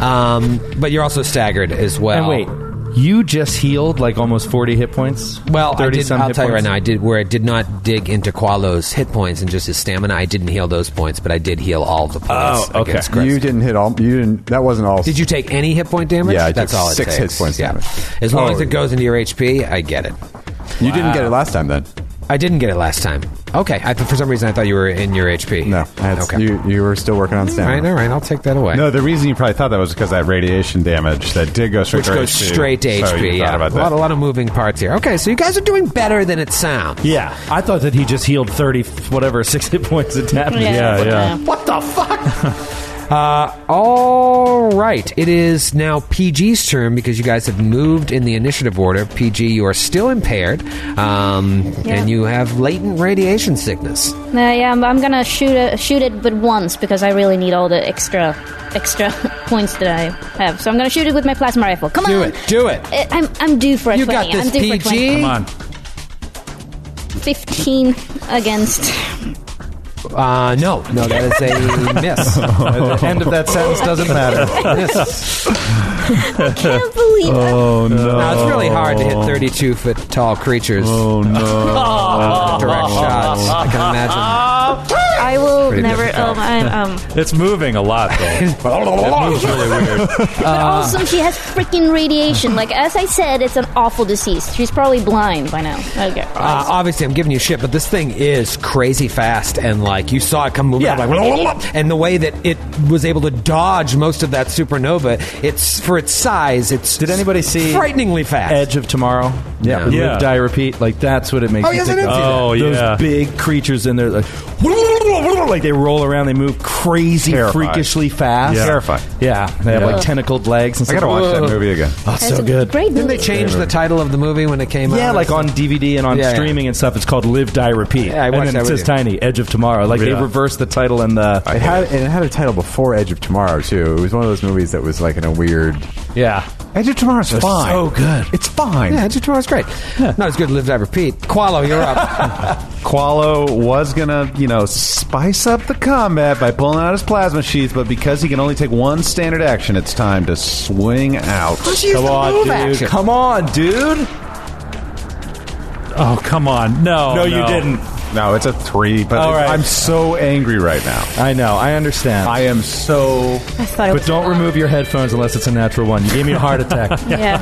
Speaker 2: Um, but you're also staggered as well.
Speaker 6: And wait, you just healed like almost 40 hit points?
Speaker 2: Well, I did,
Speaker 6: some
Speaker 2: I'll
Speaker 6: hit
Speaker 2: tell you right
Speaker 6: points?
Speaker 2: now. I did where I did not dig into Qualo's hit points and just his stamina. I didn't heal those points, but I did heal all the points.
Speaker 6: Oh, okay.
Speaker 2: against Kreska.
Speaker 7: You didn't hit all. You didn't. That wasn't all.
Speaker 2: Did you take any hit point damage?
Speaker 7: Yeah, I
Speaker 2: that's
Speaker 7: took
Speaker 2: all. It
Speaker 7: six
Speaker 2: takes.
Speaker 7: hit points
Speaker 2: Yeah,
Speaker 7: damage.
Speaker 2: as long
Speaker 7: Oh.
Speaker 2: as it goes into your HP, I get it.
Speaker 7: You didn't get it last time then.
Speaker 2: I didn't get it last time. Okay, I, for some reason I thought you were in your HP.
Speaker 7: No. I had,
Speaker 2: okay.
Speaker 7: You you were still working on
Speaker 2: all right,
Speaker 7: stamina.
Speaker 2: all right. I'll take that away.
Speaker 5: No, the reason you probably thought that was because that radiation damage that did go straight
Speaker 2: Which
Speaker 5: to
Speaker 2: goes
Speaker 5: HP.
Speaker 2: straight to
Speaker 5: So you
Speaker 2: HP.
Speaker 5: thought
Speaker 2: Yeah,
Speaker 5: about
Speaker 2: a lot,
Speaker 5: that.
Speaker 2: a lot of moving parts here. Okay, so you guys are doing better than it sounds.
Speaker 6: Yeah, I thought that he just healed 30, whatever, (laughs) 6 hit points of damage.
Speaker 3: Yeah, yeah.
Speaker 6: What the fuck?
Speaker 2: Uh, All right. It is now PG's turn because you guys have moved in the initiative order. PG, you are still impaired, um,
Speaker 4: Yeah.
Speaker 2: and you have latent radiation sickness.
Speaker 4: Uh, yeah, I'm, I'm gonna shoot it, shoot it, but once because I really need all the extra extra (laughs) points that I have. So I'm gonna shoot it with my plasma rifle. Come
Speaker 2: Do
Speaker 4: on,
Speaker 2: it. Do it.
Speaker 4: I- I'm I'm due for a
Speaker 2: You got this,
Speaker 4: twenty. I'm due for a
Speaker 2: PG.
Speaker 4: 20.
Speaker 3: Come on.
Speaker 4: Fifteen
Speaker 2: (laughs)
Speaker 4: against.
Speaker 2: Uh, no, no, that is
Speaker 6: (laughs)
Speaker 2: a miss.
Speaker 6: the end of that sentence doesn't matter.
Speaker 2: miss.
Speaker 4: Can't believe
Speaker 2: Oh.
Speaker 4: it.
Speaker 2: Now, it's really
Speaker 6: Oh.
Speaker 2: hard to hit 32 foot tall creatures.
Speaker 5: Oh no!
Speaker 2: with (laughs) Direct shots. I can imagine.
Speaker 9: I will
Speaker 2: Pretty
Speaker 9: never.
Speaker 2: difficult.
Speaker 9: Um, I,
Speaker 2: (laughs)
Speaker 9: um,
Speaker 3: It's moving a lot, though. it moves really weird.
Speaker 4: But
Speaker 2: Ah.
Speaker 4: also, she has freaking radiation. Like as I said, it's an awful disease. She's probably blind by now. Okay.
Speaker 2: Uh, obviously, I'm giving you shit, but this thing is crazy fast, and like you saw it come moving,
Speaker 6: Yeah.
Speaker 2: up, like, and the way that it was able to dodge most of that supernova, it's for its size, it's
Speaker 6: Did anybody see
Speaker 2: frighteningly fast.
Speaker 6: Edge of Tomorrow?
Speaker 2: Yeah.
Speaker 6: Live,
Speaker 3: Yeah.
Speaker 6: die, repeat. Like, that's what it makes
Speaker 2: Oh,
Speaker 6: you
Speaker 2: yes, I
Speaker 6: think
Speaker 2: did
Speaker 6: of.
Speaker 2: see that.
Speaker 3: Oh,
Speaker 6: Those
Speaker 3: yeah.
Speaker 6: big creatures in there, like, like (laughs) they roll around, they move crazy,
Speaker 5: Terrifying.
Speaker 6: freakishly fast.
Speaker 3: Yeah.
Speaker 5: Terrifying.
Speaker 6: Yeah, they have
Speaker 3: Yeah.
Speaker 6: like tentacled legs and
Speaker 5: I
Speaker 6: stuff.
Speaker 5: gotta watch that
Speaker 6: Whoa.
Speaker 5: movie again.
Speaker 7: Uh,
Speaker 6: Oh, it's so
Speaker 4: a
Speaker 6: good.
Speaker 4: Great
Speaker 2: Didn't they
Speaker 4: movie.
Speaker 2: change the title of the movie when it came out?
Speaker 6: Yeah, like on DVD and on
Speaker 2: Yeah, yeah.
Speaker 6: streaming and stuff. It's called Live, Die, Repeat.
Speaker 2: Yeah, I watched
Speaker 6: and then
Speaker 2: that
Speaker 6: it
Speaker 2: with
Speaker 6: says
Speaker 2: you.
Speaker 6: Tiny, Edge of Tomorrow. Like they
Speaker 3: Yeah.
Speaker 6: reversed the title and the.
Speaker 7: It had and it had a title before Edge of Tomorrow too. It was one of those movies that was like in a weird
Speaker 6: Yeah.
Speaker 5: Edge of Tomorrow's fine.
Speaker 6: so good.
Speaker 5: It's fine.
Speaker 2: Yeah, Edge of Tomorrow's great. Not as good. Live, I repeat. Qualo, you're up.
Speaker 5: Qualo was gonna, you know, spice up the combat by pulling out his plasma sheath, but because he can only take one standard action, it's time to swing out.
Speaker 6: Come on, (laughs) dude.
Speaker 2: action.
Speaker 6: Come on, dude.
Speaker 3: Oh, come on. No.
Speaker 6: No, you didn't.
Speaker 5: No, it's a three. But
Speaker 6: All right.
Speaker 5: I'm so angry right now.
Speaker 6: I know. I understand.
Speaker 5: I am so.
Speaker 9: I thought it
Speaker 6: but
Speaker 9: was.
Speaker 6: don't remove your headphones unless it's a natural one. You gave me a heart (laughs) attack.
Speaker 5: (laughs)
Speaker 9: Yeah.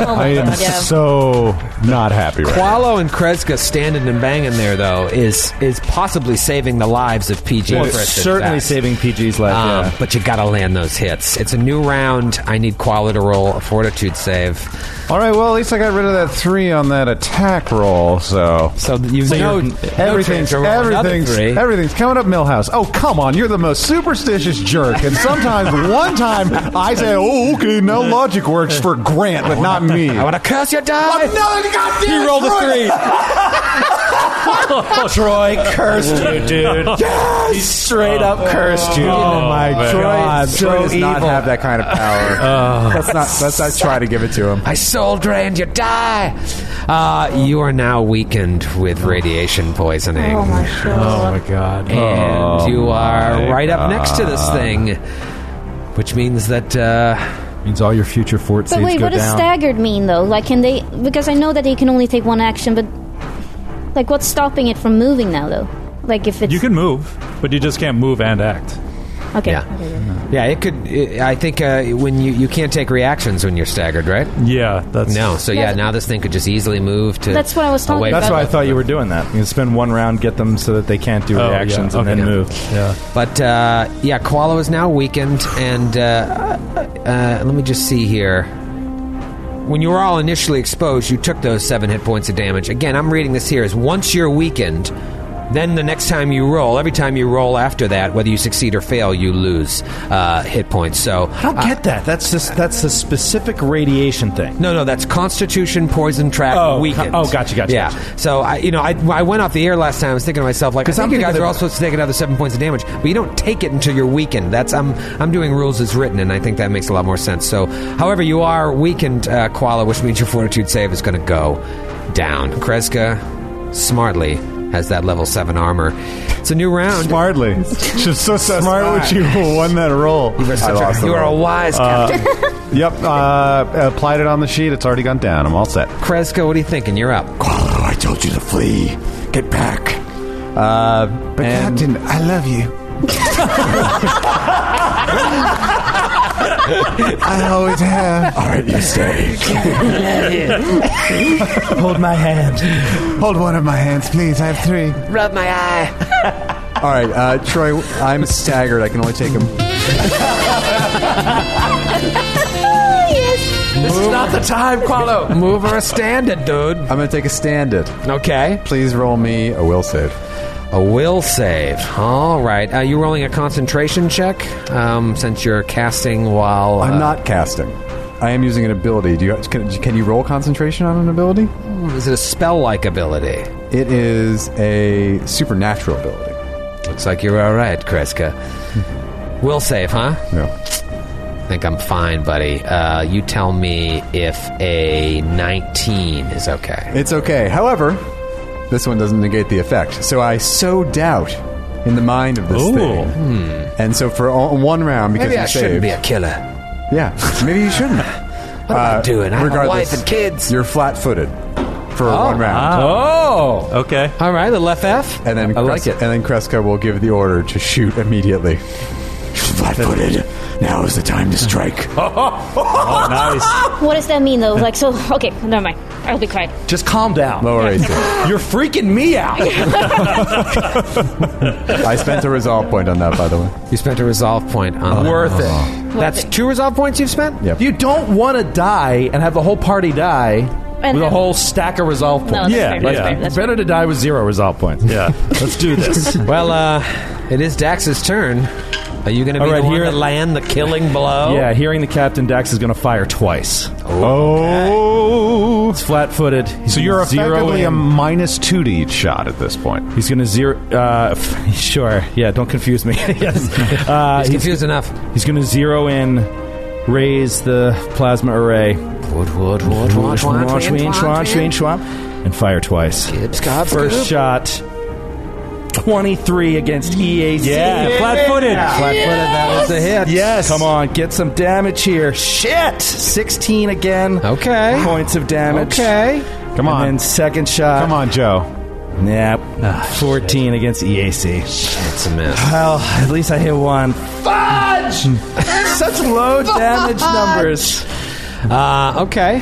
Speaker 9: oh my
Speaker 5: Um, I am
Speaker 9: god. Yeah.
Speaker 5: so not happy right now.
Speaker 2: Qualo and Kreska standing and banging there though is is possibly saving the lives of PG.
Speaker 6: Well,
Speaker 2: for
Speaker 6: it's
Speaker 2: instance,
Speaker 6: certainly
Speaker 2: that.
Speaker 6: saving PG's life.
Speaker 2: Um,
Speaker 6: yeah.
Speaker 2: But you gotta land those hits. It's a new round. I need Qualo to roll a fortitude save.
Speaker 5: All right, well, at least I got rid of that three on that attack roll, so.
Speaker 2: So you
Speaker 6: So
Speaker 2: know
Speaker 6: you're-
Speaker 5: Everything's
Speaker 2: from one to
Speaker 5: everything's
Speaker 2: three.
Speaker 5: everything's coming up, Millhouse. Oh come on, you're the most superstitious jerk. And (laughs) sometimes one time I say, "Oh, okay, now logic works for Grant, but not me."
Speaker 2: I want to curse your die.
Speaker 5: Another goddamn
Speaker 2: He rolled a
Speaker 5: Troy.
Speaker 2: three.
Speaker 6: Troy cursed you, dude. He straight up cursed you.
Speaker 3: Oh, my man.
Speaker 5: Troy,
Speaker 2: God,
Speaker 5: Troy
Speaker 2: so
Speaker 5: does not
Speaker 2: evil.
Speaker 5: have that kind of
Speaker 6: (laughs)
Speaker 5: power.
Speaker 6: Uh.
Speaker 5: let's not let's not try to give it to him.
Speaker 2: I soul drained your die. Uh, you are now weakened with radiation poisoning.
Speaker 9: Oh my god.
Speaker 3: Oh my god.
Speaker 2: and you are right up next to this thing, which means that uh,
Speaker 6: Means all your future fort
Speaker 4: But wait, what does staggered mean though? Like, can they? Because I know that they can only take one action, but like, what's stopping it from moving now though? Like, if it's
Speaker 3: You can move, but you just can't move and act.
Speaker 4: okay.
Speaker 2: yeah. yeah, it could. It, I think uh, when you you can't take reactions when you're staggered, right?
Speaker 3: Yeah, that's
Speaker 2: No, so yeah, now this thing could just easily move to.
Speaker 4: That's what I was talking
Speaker 2: away
Speaker 4: about.
Speaker 6: That's
Speaker 2: from-
Speaker 6: why I thought you were doing that. You can spend one round, get them so that they can't do
Speaker 3: Oh, yeah.
Speaker 6: reactions,
Speaker 3: Okay.
Speaker 6: and then
Speaker 3: Yeah.
Speaker 6: move.
Speaker 3: Yeah.
Speaker 2: But uh, yeah, Koala is now weakened, and uh, uh, let me just see here. When you were all initially exposed, you took those seven hit points of damage. Again, I'm reading this here as once you're weakened, then the next time you roll, every time you roll after that, whether you succeed or fail, you lose uh, hit points. So uh,
Speaker 6: I don't get that. That's just that's a specific radiation thing.
Speaker 2: No, no, that's Constitution, Poison Track,
Speaker 6: Oh, co-
Speaker 2: Weakened.
Speaker 6: oh, gotcha, gotcha,
Speaker 2: Yeah. So I, you know, I, I went off the air last time. I was thinking to myself, like, I
Speaker 6: 'Cause
Speaker 2: think
Speaker 6: I'm
Speaker 2: you
Speaker 6: thinking
Speaker 2: guys are
Speaker 6: that-
Speaker 2: all supposed to take another seven points of damage, but you don't take it until you're weakened. That's I'm I'm doing rules as written, and I think that makes a lot more sense. So, however, you are weakened, uh, Koala, which means your Fortitude save is going to go down. Kreska, smartly. Has that level seven armor? It's a new round.
Speaker 5: Smartly, just so smart with you (laughs) won that roll.
Speaker 2: You are, such a- you are a wise captain.
Speaker 5: Yep, uh, applied it on the sheet. It's already gone down. I'm all set.
Speaker 2: Kreska, what are you thinking? You're up.
Speaker 8: Qualo, I told you to flee. Get back.
Speaker 5: Uh, but
Speaker 7: Captain, I love you. I always have.
Speaker 8: All right, you
Speaker 5: (laughs)
Speaker 8: stay.
Speaker 6: Hold my hand.
Speaker 7: Hold one of my hands, please. I have three.
Speaker 2: Rub my eye.
Speaker 5: (laughs) all right, uh, Troy, I'm staggered. I can only take him.
Speaker 2: This is not the time, Qualo. Move or a standard, dude.
Speaker 5: I'm going to take a stand it.
Speaker 2: Okay.
Speaker 5: Please roll me a will save.
Speaker 2: A will save. All right. Uh, you're rolling a concentration check um, since you're casting while.
Speaker 5: I'm
Speaker 2: uh,
Speaker 5: not casting. I am using an ability. Do you can, can you roll concentration on an ability?
Speaker 2: uh, Is it a spell like ability?
Speaker 5: It is a supernatural ability.
Speaker 2: Looks like you're all right, Kreska. will save, huh?
Speaker 5: No.
Speaker 2: I think I'm fine, buddy. Uh, you tell me if a 19 is okay.
Speaker 5: It's okay. However, this one doesn't negate the effect. So I sow doubt in the mind of this
Speaker 3: Ooh.
Speaker 5: thing.
Speaker 8: Hmm.
Speaker 5: And so for all, one round, because
Speaker 2: Maybe
Speaker 5: you
Speaker 2: I shouldn't
Speaker 5: saved-
Speaker 2: be a killer.
Speaker 5: Yeah, maybe you shouldn't.
Speaker 2: (laughs) What am I doing? I have a wife and kids.
Speaker 5: You're flat-footed for one round,
Speaker 6: Oh,
Speaker 3: Okay.
Speaker 2: All right, a left F.
Speaker 5: and then
Speaker 2: I like
Speaker 5: Cres-
Speaker 2: it.
Speaker 5: And then Kreska will give the order to shoot immediately.
Speaker 8: Flat footed. Now is the time to
Speaker 5: (laughs)
Speaker 8: strike.
Speaker 3: Oh, nice.
Speaker 4: What does that mean though? Like, so okay, never mind. I'll be quiet.
Speaker 6: just calm down.
Speaker 5: Lower AC.
Speaker 6: You're freaking me out.
Speaker 5: I spent a resolve point on that, by the way.
Speaker 2: You spent a resolve point on
Speaker 6: Worth it.
Speaker 2: That's two resolve points you've spent?
Speaker 5: Yep.
Speaker 6: You don't want to die and have the whole party die with a
Speaker 4: have-
Speaker 6: whole stack of resolve points.
Speaker 4: No, that's
Speaker 3: Yeah,
Speaker 4: fair. That's
Speaker 3: yeah.
Speaker 4: fair. That's fair.
Speaker 6: better to die with zero resolve points.
Speaker 3: Yeah. Let's do
Speaker 6: (laughs)
Speaker 3: this.
Speaker 2: Well, uh, it is Dax's turn. Are you going to be
Speaker 6: All right,
Speaker 2: the one
Speaker 6: here-
Speaker 2: to land the killing blow?
Speaker 6: Yeah, hearing the captain Dax is going to fire twice.
Speaker 5: Oh,
Speaker 6: It's flat-footed. He's
Speaker 5: so you're
Speaker 6: gonna zero
Speaker 5: effectively
Speaker 6: in.
Speaker 5: a minus two to each shot at this point.
Speaker 6: He's going to zero. Uh, (laughs) f- sure. Yeah. Don't confuse me. (laughs) yes. Uh,
Speaker 2: He's confused enough.
Speaker 6: he's going to zero in, raise the plasma array, and fire twice. First shot, twenty-three against E EAC.
Speaker 3: Yeah, flat-footed.
Speaker 2: Flat-footed, that was a hit.
Speaker 6: Yes. Come on, get some damage here. Shit. 16 again.
Speaker 2: Okay.
Speaker 6: Points of damage.
Speaker 2: Okay.
Speaker 5: Come on.
Speaker 6: And then second shot.
Speaker 5: Come on, Joe.
Speaker 6: Yep. 14 against EAC.
Speaker 2: It's a miss.
Speaker 6: Well, at least I hit one. Fudge! (laughs) Such low damage numbers.
Speaker 2: Uh, okay.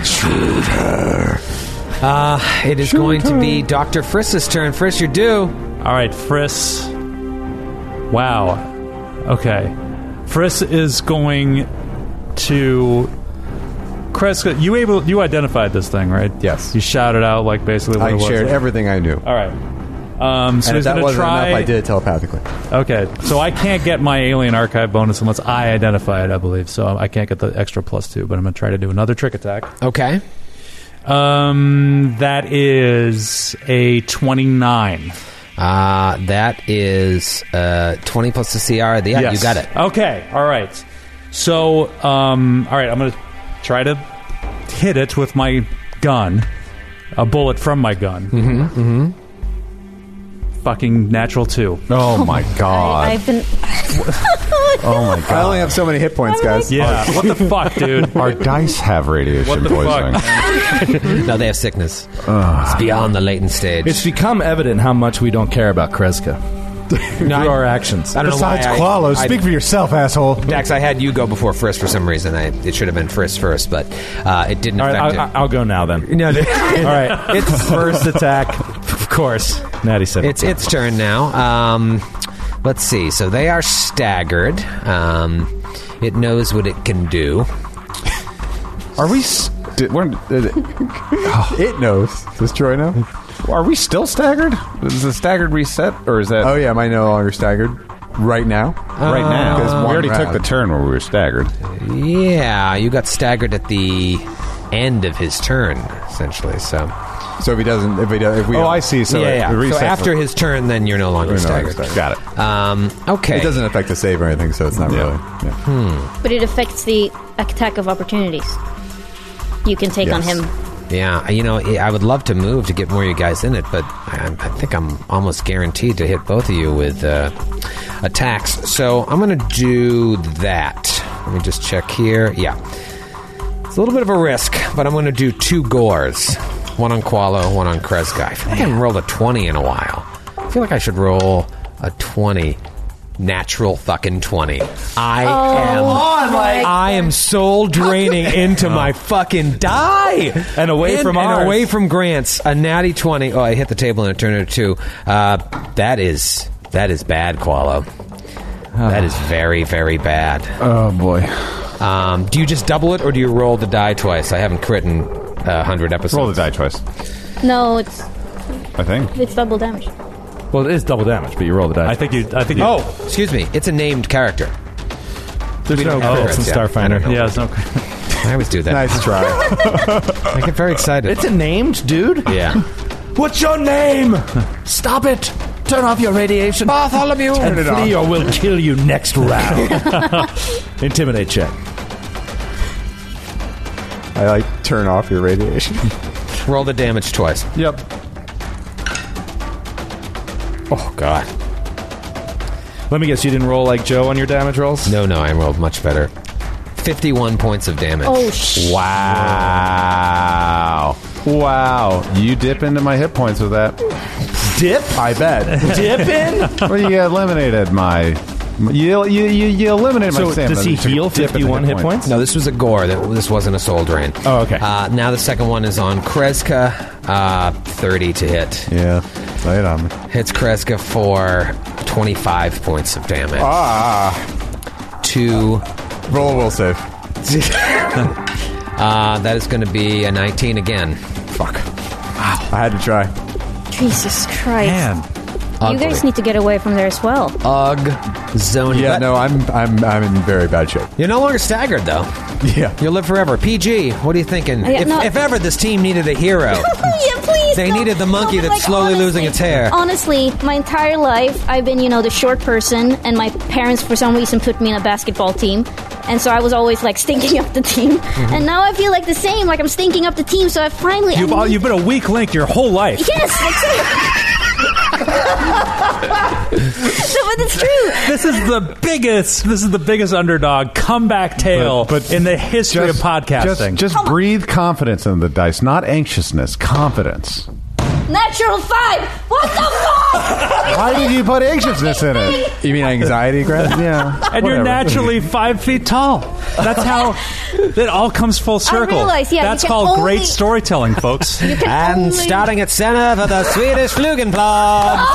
Speaker 2: Uh, it is going to be Dr. Friss's turn. Friss, you're due.
Speaker 3: All right, Friss. Wow. Okay. Friss is going to Kreska. You able? You identified this thing, right?
Speaker 5: Yes.
Speaker 3: You shouted out like basically what
Speaker 5: I
Speaker 3: it was.
Speaker 5: shared everything I knew.
Speaker 3: All right. Um, so
Speaker 7: and if
Speaker 3: he's
Speaker 7: that
Speaker 3: gonna
Speaker 7: wasn't
Speaker 3: try.
Speaker 7: enough, I did it telepathically.
Speaker 3: Okay, so I can't get my alien archive bonus unless I identify it, I believe. So I can't get the extra plus two, but I'm going to try to do another trick attack.
Speaker 2: Okay.
Speaker 3: Um, that is a 29.
Speaker 2: Uh, that is uh, 20 plus the CR. Yeah, you got it.
Speaker 3: Okay, all right. So, um, all right, I'm going to try to hit it with my gun, a bullet from my gun. Mm-hmm. mm-hmm. Fucking natural two.
Speaker 6: Oh, my
Speaker 9: I,
Speaker 6: god.
Speaker 9: I've been.
Speaker 6: oh my
Speaker 7: I
Speaker 6: god.
Speaker 7: only have so many hit points, guys.
Speaker 3: Yeah, what the fuck, dude?
Speaker 5: Our dice have radiation
Speaker 3: What the
Speaker 5: poisoning.
Speaker 3: fuck?
Speaker 2: No, they have sickness. it's beyond the latent stage.
Speaker 6: Ah. It's become evident how much we don't care about Kreska. Through
Speaker 2: I-
Speaker 6: our actions.
Speaker 2: I don't know why I- I-
Speaker 5: for yourself, asshole.
Speaker 2: Dax, I had you go before Frisk for some reason. I, it should have been Frisk first, but uh, it didn't
Speaker 6: All right,
Speaker 2: affect
Speaker 6: I,
Speaker 2: it.
Speaker 6: I, will go now then.
Speaker 2: no,
Speaker 6: All right, it's first attack, of course. Natty said
Speaker 2: it's its turn now. Um, let's see. So they are staggered. Um, it knows what it can do.
Speaker 5: Are we? St- uh, we're,
Speaker 7: It knows. Does Troy know?
Speaker 5: are we still staggered? Is the staggered reset, or is that
Speaker 7: Oh yeah, am I no longer staggered right now?
Speaker 5: right
Speaker 2: Uh,
Speaker 5: now?
Speaker 7: Because
Speaker 5: we
Speaker 7: one
Speaker 5: already
Speaker 7: round.
Speaker 5: took the turn where we were staggered.
Speaker 2: Yeah, you got staggered at the end of his turn, essentially. So
Speaker 7: So if he doesn't, if he does, if we,
Speaker 5: Oh,
Speaker 7: don't-
Speaker 5: I see. So it
Speaker 2: yeah, yeah. So
Speaker 5: resets
Speaker 2: after his turn, then you're no longer
Speaker 7: We're no longer
Speaker 2: staggered.
Speaker 7: staggered.
Speaker 5: Got it.
Speaker 2: Um, okay.
Speaker 7: it doesn't affect the save or anything, so it's not
Speaker 5: Yeah.
Speaker 7: really. yeah.
Speaker 4: But it affects the attack of opportunities you can take on
Speaker 7: Yes.
Speaker 4: him.
Speaker 2: Yeah, you know, I would love to move to get more of you guys in it, but I, I think I'm almost guaranteed to hit both of you with uh, attacks. So I'm going to do that. Let me just check here. Yeah. It's a little bit of a risk, but I'm going to do two gores one on Qualo, one on Kresgai. I feel like I haven't rolled a 20 in a while. I feel like I should roll a 20. Natural fucking 20. I am. I am soul draining into my fucking die
Speaker 6: Oh. And away
Speaker 2: and,
Speaker 6: from
Speaker 2: and
Speaker 6: ours.
Speaker 2: away from Grant's a natty twenty. Oh, I hit the table and it turned into two. Uh, that is that is bad, Qualo.
Speaker 6: Ah.
Speaker 2: That is very very bad.
Speaker 6: Oh boy.
Speaker 2: Um, do you just double it or do you roll the die twice? I haven't crit in uh, hundred episodes.
Speaker 5: Roll the die twice.
Speaker 4: No, it's
Speaker 5: I think.
Speaker 4: it's double damage.
Speaker 6: Well, it is double damage, but you roll the dice.
Speaker 3: I think you. I think.
Speaker 2: Oh, excuse me. It's a named character.
Speaker 6: there's no
Speaker 2: Oh,
Speaker 6: crits in
Speaker 2: yeah. I don't
Speaker 6: Starfinder.
Speaker 2: know.
Speaker 3: Yeah, it's no.
Speaker 2: I always do that.
Speaker 7: Nice try.
Speaker 2: I get very excited.
Speaker 6: It's a named dude.
Speaker 2: (laughs) yeah.
Speaker 6: What's your name? (laughs) Stop it! Turn off your radiation. Bartholomew. And
Speaker 7: Turn it
Speaker 6: flee, or we'll kill you next round. (laughs) Intimidate check.
Speaker 7: (laughs) I like turn off your radiation.
Speaker 2: Roll the damage twice.
Speaker 6: Yep.
Speaker 2: Oh God.
Speaker 6: Let me guess. You didn't roll like Joe on your damage rolls.
Speaker 2: No, no. I rolled much better. Fifty-one points of damage.
Speaker 4: Oh, sh-
Speaker 5: Wow. Wow. You dip into my hit points with that.
Speaker 6: Dip.
Speaker 5: I
Speaker 7: (laughs)
Speaker 5: bet.
Speaker 6: Dip in. (laughs)
Speaker 5: well, you eliminated my. You, you, you, you eliminated my
Speaker 6: so
Speaker 5: stamina.
Speaker 6: does he
Speaker 5: You took a
Speaker 6: heal
Speaker 5: dip at the
Speaker 6: 51 hit points?
Speaker 2: No, this was a gore. That this wasn't a soul drain.
Speaker 6: Oh, okay.
Speaker 2: Uh, now the second one is on Kreska, uh, thirty to hit.
Speaker 5: Yeah. Lay it on me.
Speaker 2: Hits Kreska for twenty-five points of damage.
Speaker 7: Ah,
Speaker 2: Two.
Speaker 7: roll a will save.
Speaker 2: Uh, that is going to be a nineteen again.
Speaker 7: Fuck. I had to try.
Speaker 9: Jesus Christ.
Speaker 3: Man,
Speaker 4: you
Speaker 2: Ugly.
Speaker 4: guys need to get away from there as well.
Speaker 2: Ugh. Zone.
Speaker 7: Yeah, no, I'm I'm I'm in very bad shape.
Speaker 2: You're no longer staggered though.
Speaker 7: Yeah.
Speaker 2: You'll live forever. PG. What are you thinking?
Speaker 9: Yeah,
Speaker 2: if,
Speaker 9: no.
Speaker 2: if ever this team needed a
Speaker 4: (laughs)
Speaker 9: (laughs)
Speaker 2: hero.
Speaker 9: yeah, please.
Speaker 2: They
Speaker 9: no.
Speaker 2: needed the monkey
Speaker 9: No, but,
Speaker 2: that's slowly losing its hair.
Speaker 4: Honestly, my entire life, I've been, you know, the short person, and my parents, for some reason, put me in a basketball team. And so I was always like stinking up the team.
Speaker 2: Mm-hmm.
Speaker 4: And now I feel like the same, like I'm stinking up the team, so I finally.
Speaker 3: you've
Speaker 4: I
Speaker 3: all,
Speaker 4: need-
Speaker 3: you've been a weak link your whole life.
Speaker 4: Yes! that's it. (laughs) no, but it's true.
Speaker 3: This is the biggest. This is the biggest underdog comeback tale
Speaker 5: But- but
Speaker 3: in the history of podcasting.
Speaker 5: Just, just breathe confidence into the dice, not anxiousness. Confidence.
Speaker 9: Natural five. What the fuck?
Speaker 5: Why did you put anxiousness in it?
Speaker 7: You mean anxiety, Grant?
Speaker 5: (laughs) Yeah.
Speaker 3: and you're
Speaker 5: whatever.
Speaker 3: naturally five feet tall. That's how it all comes full circle.
Speaker 9: realize, yeah, you
Speaker 3: That's
Speaker 9: can
Speaker 3: called
Speaker 9: only-
Speaker 3: great
Speaker 9: (laughs)
Speaker 3: storytelling, folks.
Speaker 2: And starting at center for the Swedish Flugenplan,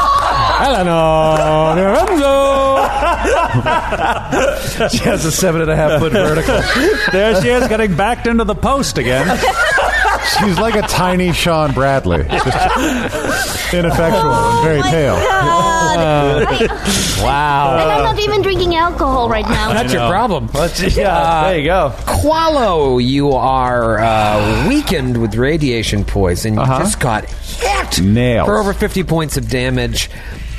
Speaker 2: Eleanor
Speaker 7: (laughs)
Speaker 2: Lorenzo.
Speaker 6: She has a seven and a half foot vertical.
Speaker 9: (laughs)
Speaker 3: there she is, getting backed into the post again.
Speaker 5: She's like a tiny Sean Bradley, just ineffectual and very
Speaker 4: Oh my (laughs)
Speaker 5: pale.
Speaker 2: (laughs)
Speaker 4: God.
Speaker 2: Wow.
Speaker 4: and I'm not even drinking alcohol right now.
Speaker 2: That's your problem. Uh,
Speaker 6: yeah, there you go.
Speaker 2: Qualo, you are uh, weakened with radiation poison. You just got hit
Speaker 5: Nails.
Speaker 2: for over 50 points of damage.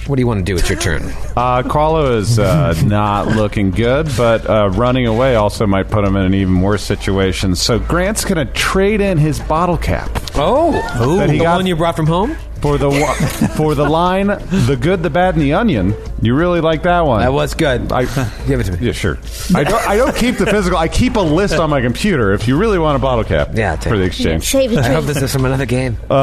Speaker 2: What do you want to do? It's your turn.
Speaker 10: Uh, Carlo is uh, not looking good, but uh, running away also might put him in an even worse situation. So Grant's going to trade in his bottle cap
Speaker 2: Oh,
Speaker 10: That
Speaker 2: the
Speaker 10: he got-
Speaker 2: one you brought from home?
Speaker 10: for the wa- (laughs) for the line "the good, the bad, and the onion." You really like that one?
Speaker 2: That was good.
Speaker 10: I,
Speaker 2: Give it to me.
Speaker 10: yeah, sure. I don't, I don't keep the physical. I keep a list on my computer. If you really want a bottle cap,
Speaker 2: Yeah, take
Speaker 10: for the
Speaker 2: it.
Speaker 4: (laughs)
Speaker 10: exchange.
Speaker 4: Shave the
Speaker 2: I hope
Speaker 4: tree.
Speaker 2: this is from another game.
Speaker 5: Oh.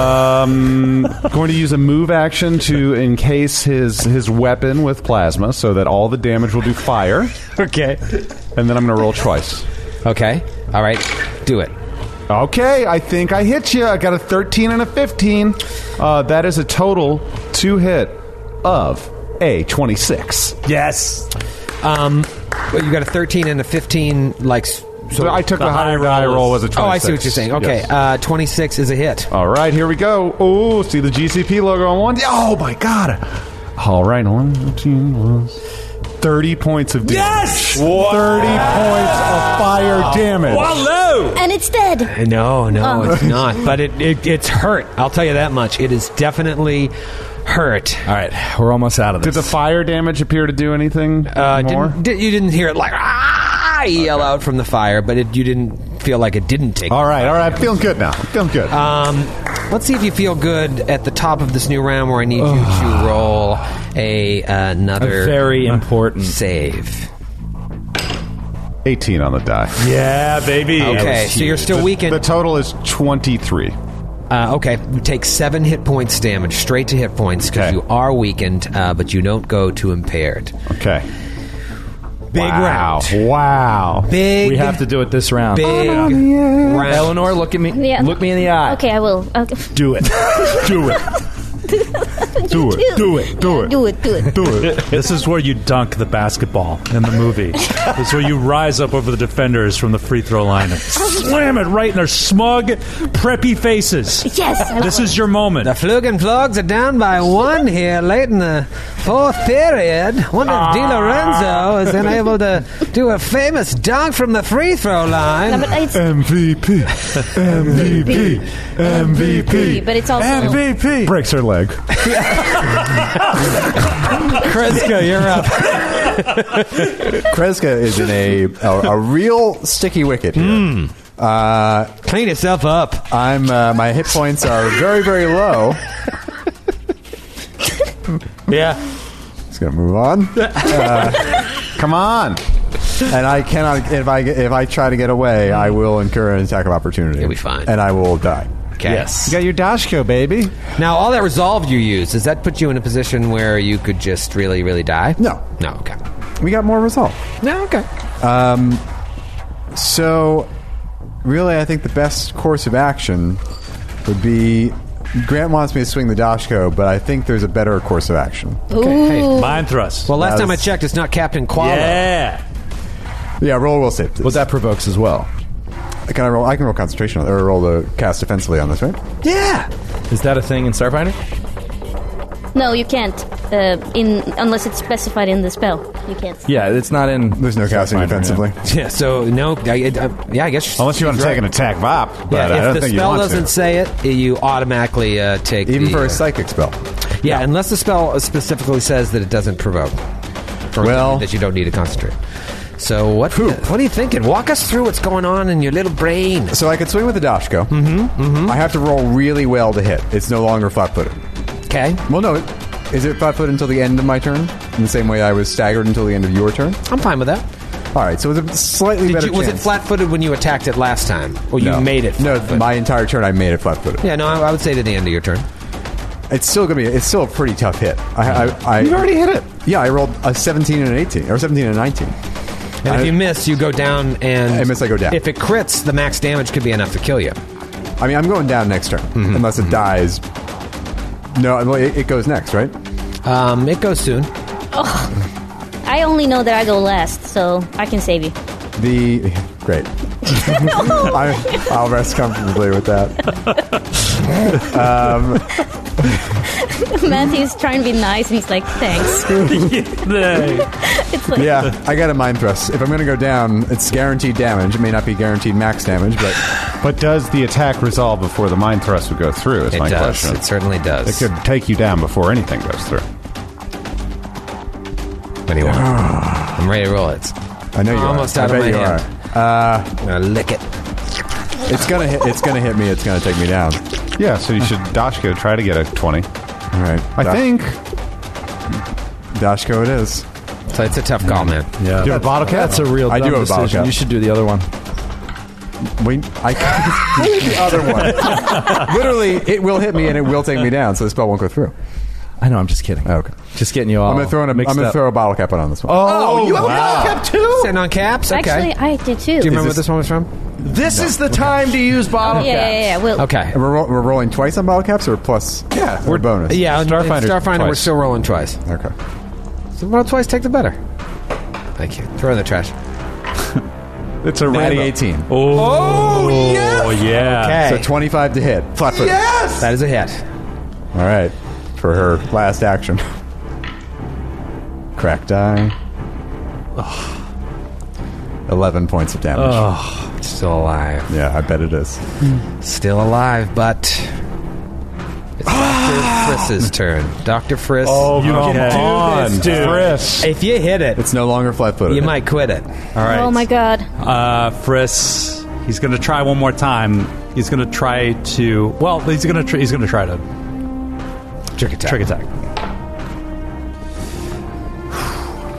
Speaker 10: Um, going to use a move action to encase his his weapon with plasma, so that all the damage will do fire.
Speaker 2: Okay.
Speaker 10: and then I'm going to roll twice.
Speaker 2: Okay. All right. Do it.
Speaker 10: Okay, I think I hit you. I got a 13 and a 15. Uh, that is a total two hit of a 26.
Speaker 3: Yes.
Speaker 2: Um, but you got a 13 and a 15, like. s- So
Speaker 7: Oh,
Speaker 10: So I took the,
Speaker 3: the high
Speaker 10: higher die
Speaker 3: roll
Speaker 10: roll was a
Speaker 3: is-
Speaker 10: 26.
Speaker 2: Oh, I see what you're saying. Okay.
Speaker 10: Yes.
Speaker 2: Uh, 26 is a hit.
Speaker 10: All right, here we go. Oh, see the GCP logo on one. Oh my god. All right, one, two, one. 30 points of damage.
Speaker 3: Yes!
Speaker 10: 30 points of fire damage.
Speaker 3: Wallow!
Speaker 4: And it's dead.
Speaker 2: No, no,
Speaker 4: Oh.
Speaker 2: it's not. But it, it it's hurt. I'll tell you that much. It is definitely hurt.
Speaker 6: All right, we're almost out of
Speaker 10: Did
Speaker 6: this.
Speaker 10: the fire damage appear to do anything
Speaker 2: Uh,
Speaker 10: more?
Speaker 2: didn't, di- you didn't hear it like ah yell out from the fire, but it, you didn't feel like it didn't take.
Speaker 5: All right, all right. I'm feeling good now. I'm feeling good.
Speaker 2: Um, let's see if you feel good at the top of this new round where I need you to roll a another
Speaker 6: very (laughs) important.
Speaker 2: save.
Speaker 10: 18 on the die.
Speaker 3: Yeah, baby.
Speaker 2: Okay, so you're still weakened.
Speaker 10: The total is 23.
Speaker 2: Uh, okay, you take seven hit points damage straight to hit points because
Speaker 10: Okay.
Speaker 2: you are weakened, uh, but you don't go to impaired.
Speaker 10: Okay.
Speaker 2: Big
Speaker 10: wow.
Speaker 2: round.
Speaker 10: Wow.
Speaker 2: Big.
Speaker 6: We have to do it this round.
Speaker 2: big round.
Speaker 6: Eleanor, look at me.
Speaker 4: Yeah.
Speaker 6: Look me in the eye.
Speaker 4: Okay, I will. Okay.
Speaker 5: do it.
Speaker 9: (laughs)
Speaker 5: do it. Do it. Do it. Do it.
Speaker 4: Do it. Do it.
Speaker 5: Do it.
Speaker 3: This is where you dunk the basketball in the movie. this is where you rise up over the defenders from the free throw line and slam it right in their smug, preppy faces.
Speaker 4: Yes. I
Speaker 3: This
Speaker 4: will.
Speaker 3: is your moment.
Speaker 2: The Flugen Flogs are down by one here late in the fourth period. Wonder if Di Lorenzo is unable to do a famous dunk from the free throw
Speaker 9: No,
Speaker 2: line.
Speaker 9: but it's
Speaker 5: MVP. MVP. MVP.
Speaker 9: but it's also
Speaker 5: MVP. Breaks her leg.
Speaker 2: Kreska, you're
Speaker 10: (laughs)
Speaker 2: up.
Speaker 7: Kreska is in a a, a real sticky wicket. Here. Uh,
Speaker 2: Clean yourself up.
Speaker 7: I'm uh, my hit points are very very low.
Speaker 2: Yeah.
Speaker 7: Just gonna move
Speaker 10: (laughs)
Speaker 7: on, Uh,
Speaker 10: Come on.
Speaker 7: and I cannot. If I if I try to get away, I will incur an attack of opportunity.
Speaker 2: You'll be fine.
Speaker 7: and I will die.
Speaker 2: Okay.
Speaker 10: You got your Dashko, baby.
Speaker 2: Now, all that resolve you use, does that put you in a position where you could just really, really die?
Speaker 7: No.
Speaker 2: No, okay.
Speaker 7: We got more resolve.
Speaker 2: No, okay.
Speaker 7: So, really, I think the best course of action would be. Grant wants me to swing the Dashko, but I think there's a better course of action.
Speaker 3: Mind thrust.
Speaker 2: Well, last
Speaker 7: That
Speaker 2: time I
Speaker 7: was-
Speaker 2: checked, it's not Captain Qualo.
Speaker 3: yeah.
Speaker 7: Yeah, roll will save.
Speaker 6: Well, that provokes as well.
Speaker 7: Can I roll? I can roll concentration on- or roll the cast defensively on this, right?
Speaker 6: Is that a thing in Starfinder?
Speaker 4: No, you can't. Uh, in unless it's specified in the spell, you can't.
Speaker 6: Yeah, it's not in.
Speaker 7: There's no casting defensively.
Speaker 2: (laughs) Yeah, so no, I, I, yeah, I
Speaker 7: Oh,
Speaker 2: guess.
Speaker 5: Unless you want to take an attack VOP, but
Speaker 2: Yeah,
Speaker 5: I
Speaker 2: if
Speaker 5: don't
Speaker 2: the
Speaker 5: think you
Speaker 2: spell
Speaker 5: want
Speaker 2: doesn't
Speaker 5: to.
Speaker 2: say it, you automatically uh, take
Speaker 7: Even
Speaker 2: the,
Speaker 7: for
Speaker 2: uh,
Speaker 7: a psychic spell.
Speaker 2: Yeah, unless the spell specifically says that it doesn't provoke. Or
Speaker 7: Well-
Speaker 2: that you don't need to concentrate. So what? What are you thinking? Walk us through what's going on in your little brain.
Speaker 7: So I could swing with the Dashko. Mm-hmm, mm-hmm. I have to roll really well to hit. It's no longer flat footed.
Speaker 2: Okay,
Speaker 7: Well, no. it- Is it flat footed until the end of my turn? In the same way I was staggered until the end of your turn?
Speaker 2: I'm fine with that.
Speaker 7: All right, so it's a slightly
Speaker 2: Did
Speaker 7: better
Speaker 2: you, was it
Speaker 7: chance.
Speaker 2: flat-footed when you attacked it last time, or you
Speaker 7: No.
Speaker 2: made it?
Speaker 7: No,
Speaker 2: flat-footed?
Speaker 7: my entire turn I made it flat footed.
Speaker 2: yeah, no, I, I would say to the end of your turn.
Speaker 7: It's still gonna be. It's still a pretty tough hit. I, I, I
Speaker 10: You already hit it.
Speaker 7: Yeah, I rolled a 17 and an 18, or 17 and a 19.
Speaker 2: And if you miss, you go down, and
Speaker 7: I miss, I go down.
Speaker 2: If it crits, the max damage could be enough to kill you.
Speaker 7: I mean, I'm going down next turn, unless it dies. No, well, it, it goes next, right?
Speaker 2: Um, it goes soon.
Speaker 4: I only know that I go last, so I can save you. (laughs)
Speaker 7: The (laughs) Great. I, I'll rest comfortably with that. um,
Speaker 4: Matthew's trying to be nice, and he's like, "Thanks." it's like,
Speaker 7: yeah, I got a mind thrust. If I'm going to go down, it's guaranteed damage. It may not be guaranteed max damage, but
Speaker 10: but does the attack resolve before the mind thrust would go through? Is
Speaker 2: It
Speaker 10: my
Speaker 2: does.
Speaker 10: question.
Speaker 2: It certainly does.
Speaker 10: It could take you down before anything goes through.
Speaker 2: Anyway, I'm ready to roll it.
Speaker 7: I know you are.
Speaker 2: Almost out
Speaker 7: I
Speaker 2: of
Speaker 7: bet
Speaker 2: my
Speaker 7: you
Speaker 2: hand.
Speaker 7: are. Uh,
Speaker 2: I'm gonna lick it.
Speaker 7: It's gonna hit. It's gonna hit me. It's gonna take me down.
Speaker 10: Yeah, so you should Dashko try to get a twenty.
Speaker 7: All right.
Speaker 10: I think
Speaker 7: Dashko it is.
Speaker 2: So it's a tough call, man.
Speaker 3: Yeah.
Speaker 6: Do you have a bottle cap? That's a real
Speaker 7: I do
Speaker 6: dumb
Speaker 7: have a bottle
Speaker 6: decision.
Speaker 7: cap.
Speaker 6: You should do the other one.
Speaker 7: Wait, I
Speaker 6: (laughs)
Speaker 7: the other one. (laughs) Literally, it will hit me and it will take me down, so the spell won't go through. Oh,
Speaker 6: I know. I'm just kidding.
Speaker 7: Okay.
Speaker 6: Just getting you all.
Speaker 7: I'm gonna throw in a, I'm
Speaker 6: Oh, mixed
Speaker 7: gonna
Speaker 6: up.
Speaker 7: throw a bottle cap on this one.
Speaker 6: Oh, you have a
Speaker 2: wow.
Speaker 6: bottle cap too.
Speaker 2: Sitting on caps. Okay.
Speaker 4: Actually, I did too.
Speaker 2: Do you remember
Speaker 7: this-
Speaker 2: where this one was from?
Speaker 6: This is the time to use
Speaker 4: yeah,
Speaker 6: bottle
Speaker 4: yeah, yeah, yeah. Well,
Speaker 2: Okay.
Speaker 7: And we're, ro- we're rolling twice on bottle caps or plus? Yeah, we're bonus.
Speaker 2: Yeah, on-
Speaker 10: Starfinder
Speaker 2: in Starfinder. We're
Speaker 10: twice.
Speaker 2: still rolling twice.
Speaker 7: Okay.
Speaker 2: So roll twice, take the better. Thank you. Throw in the trash.
Speaker 10: it's a
Speaker 7: Natty
Speaker 10: ratty
Speaker 7: 18.
Speaker 3: Oh, yeah.
Speaker 7: Uh, So 25 to hit. Flat foot.
Speaker 6: Yes.
Speaker 2: That is a hit.
Speaker 7: All right. For her last action. Cracked eye. 11 points of damage.
Speaker 2: Still alive.
Speaker 7: Yeah, I bet it is.
Speaker 2: Still alive, but it's
Speaker 3: Ah!
Speaker 2: Doctor Friss's turn. Doctor Friss.
Speaker 10: Oh, you come
Speaker 3: can do
Speaker 10: on,
Speaker 3: this, dude.
Speaker 10: Chris.
Speaker 2: If you hit it,
Speaker 7: It's no longer flat footed.
Speaker 2: you might quit it.
Speaker 3: All right.
Speaker 4: Oh my god.
Speaker 3: Uh, Friss, he's going to try one more time. He's going to try to. Well, he's going to tr- he's going to try to
Speaker 2: Trick attack.
Speaker 3: trick attack.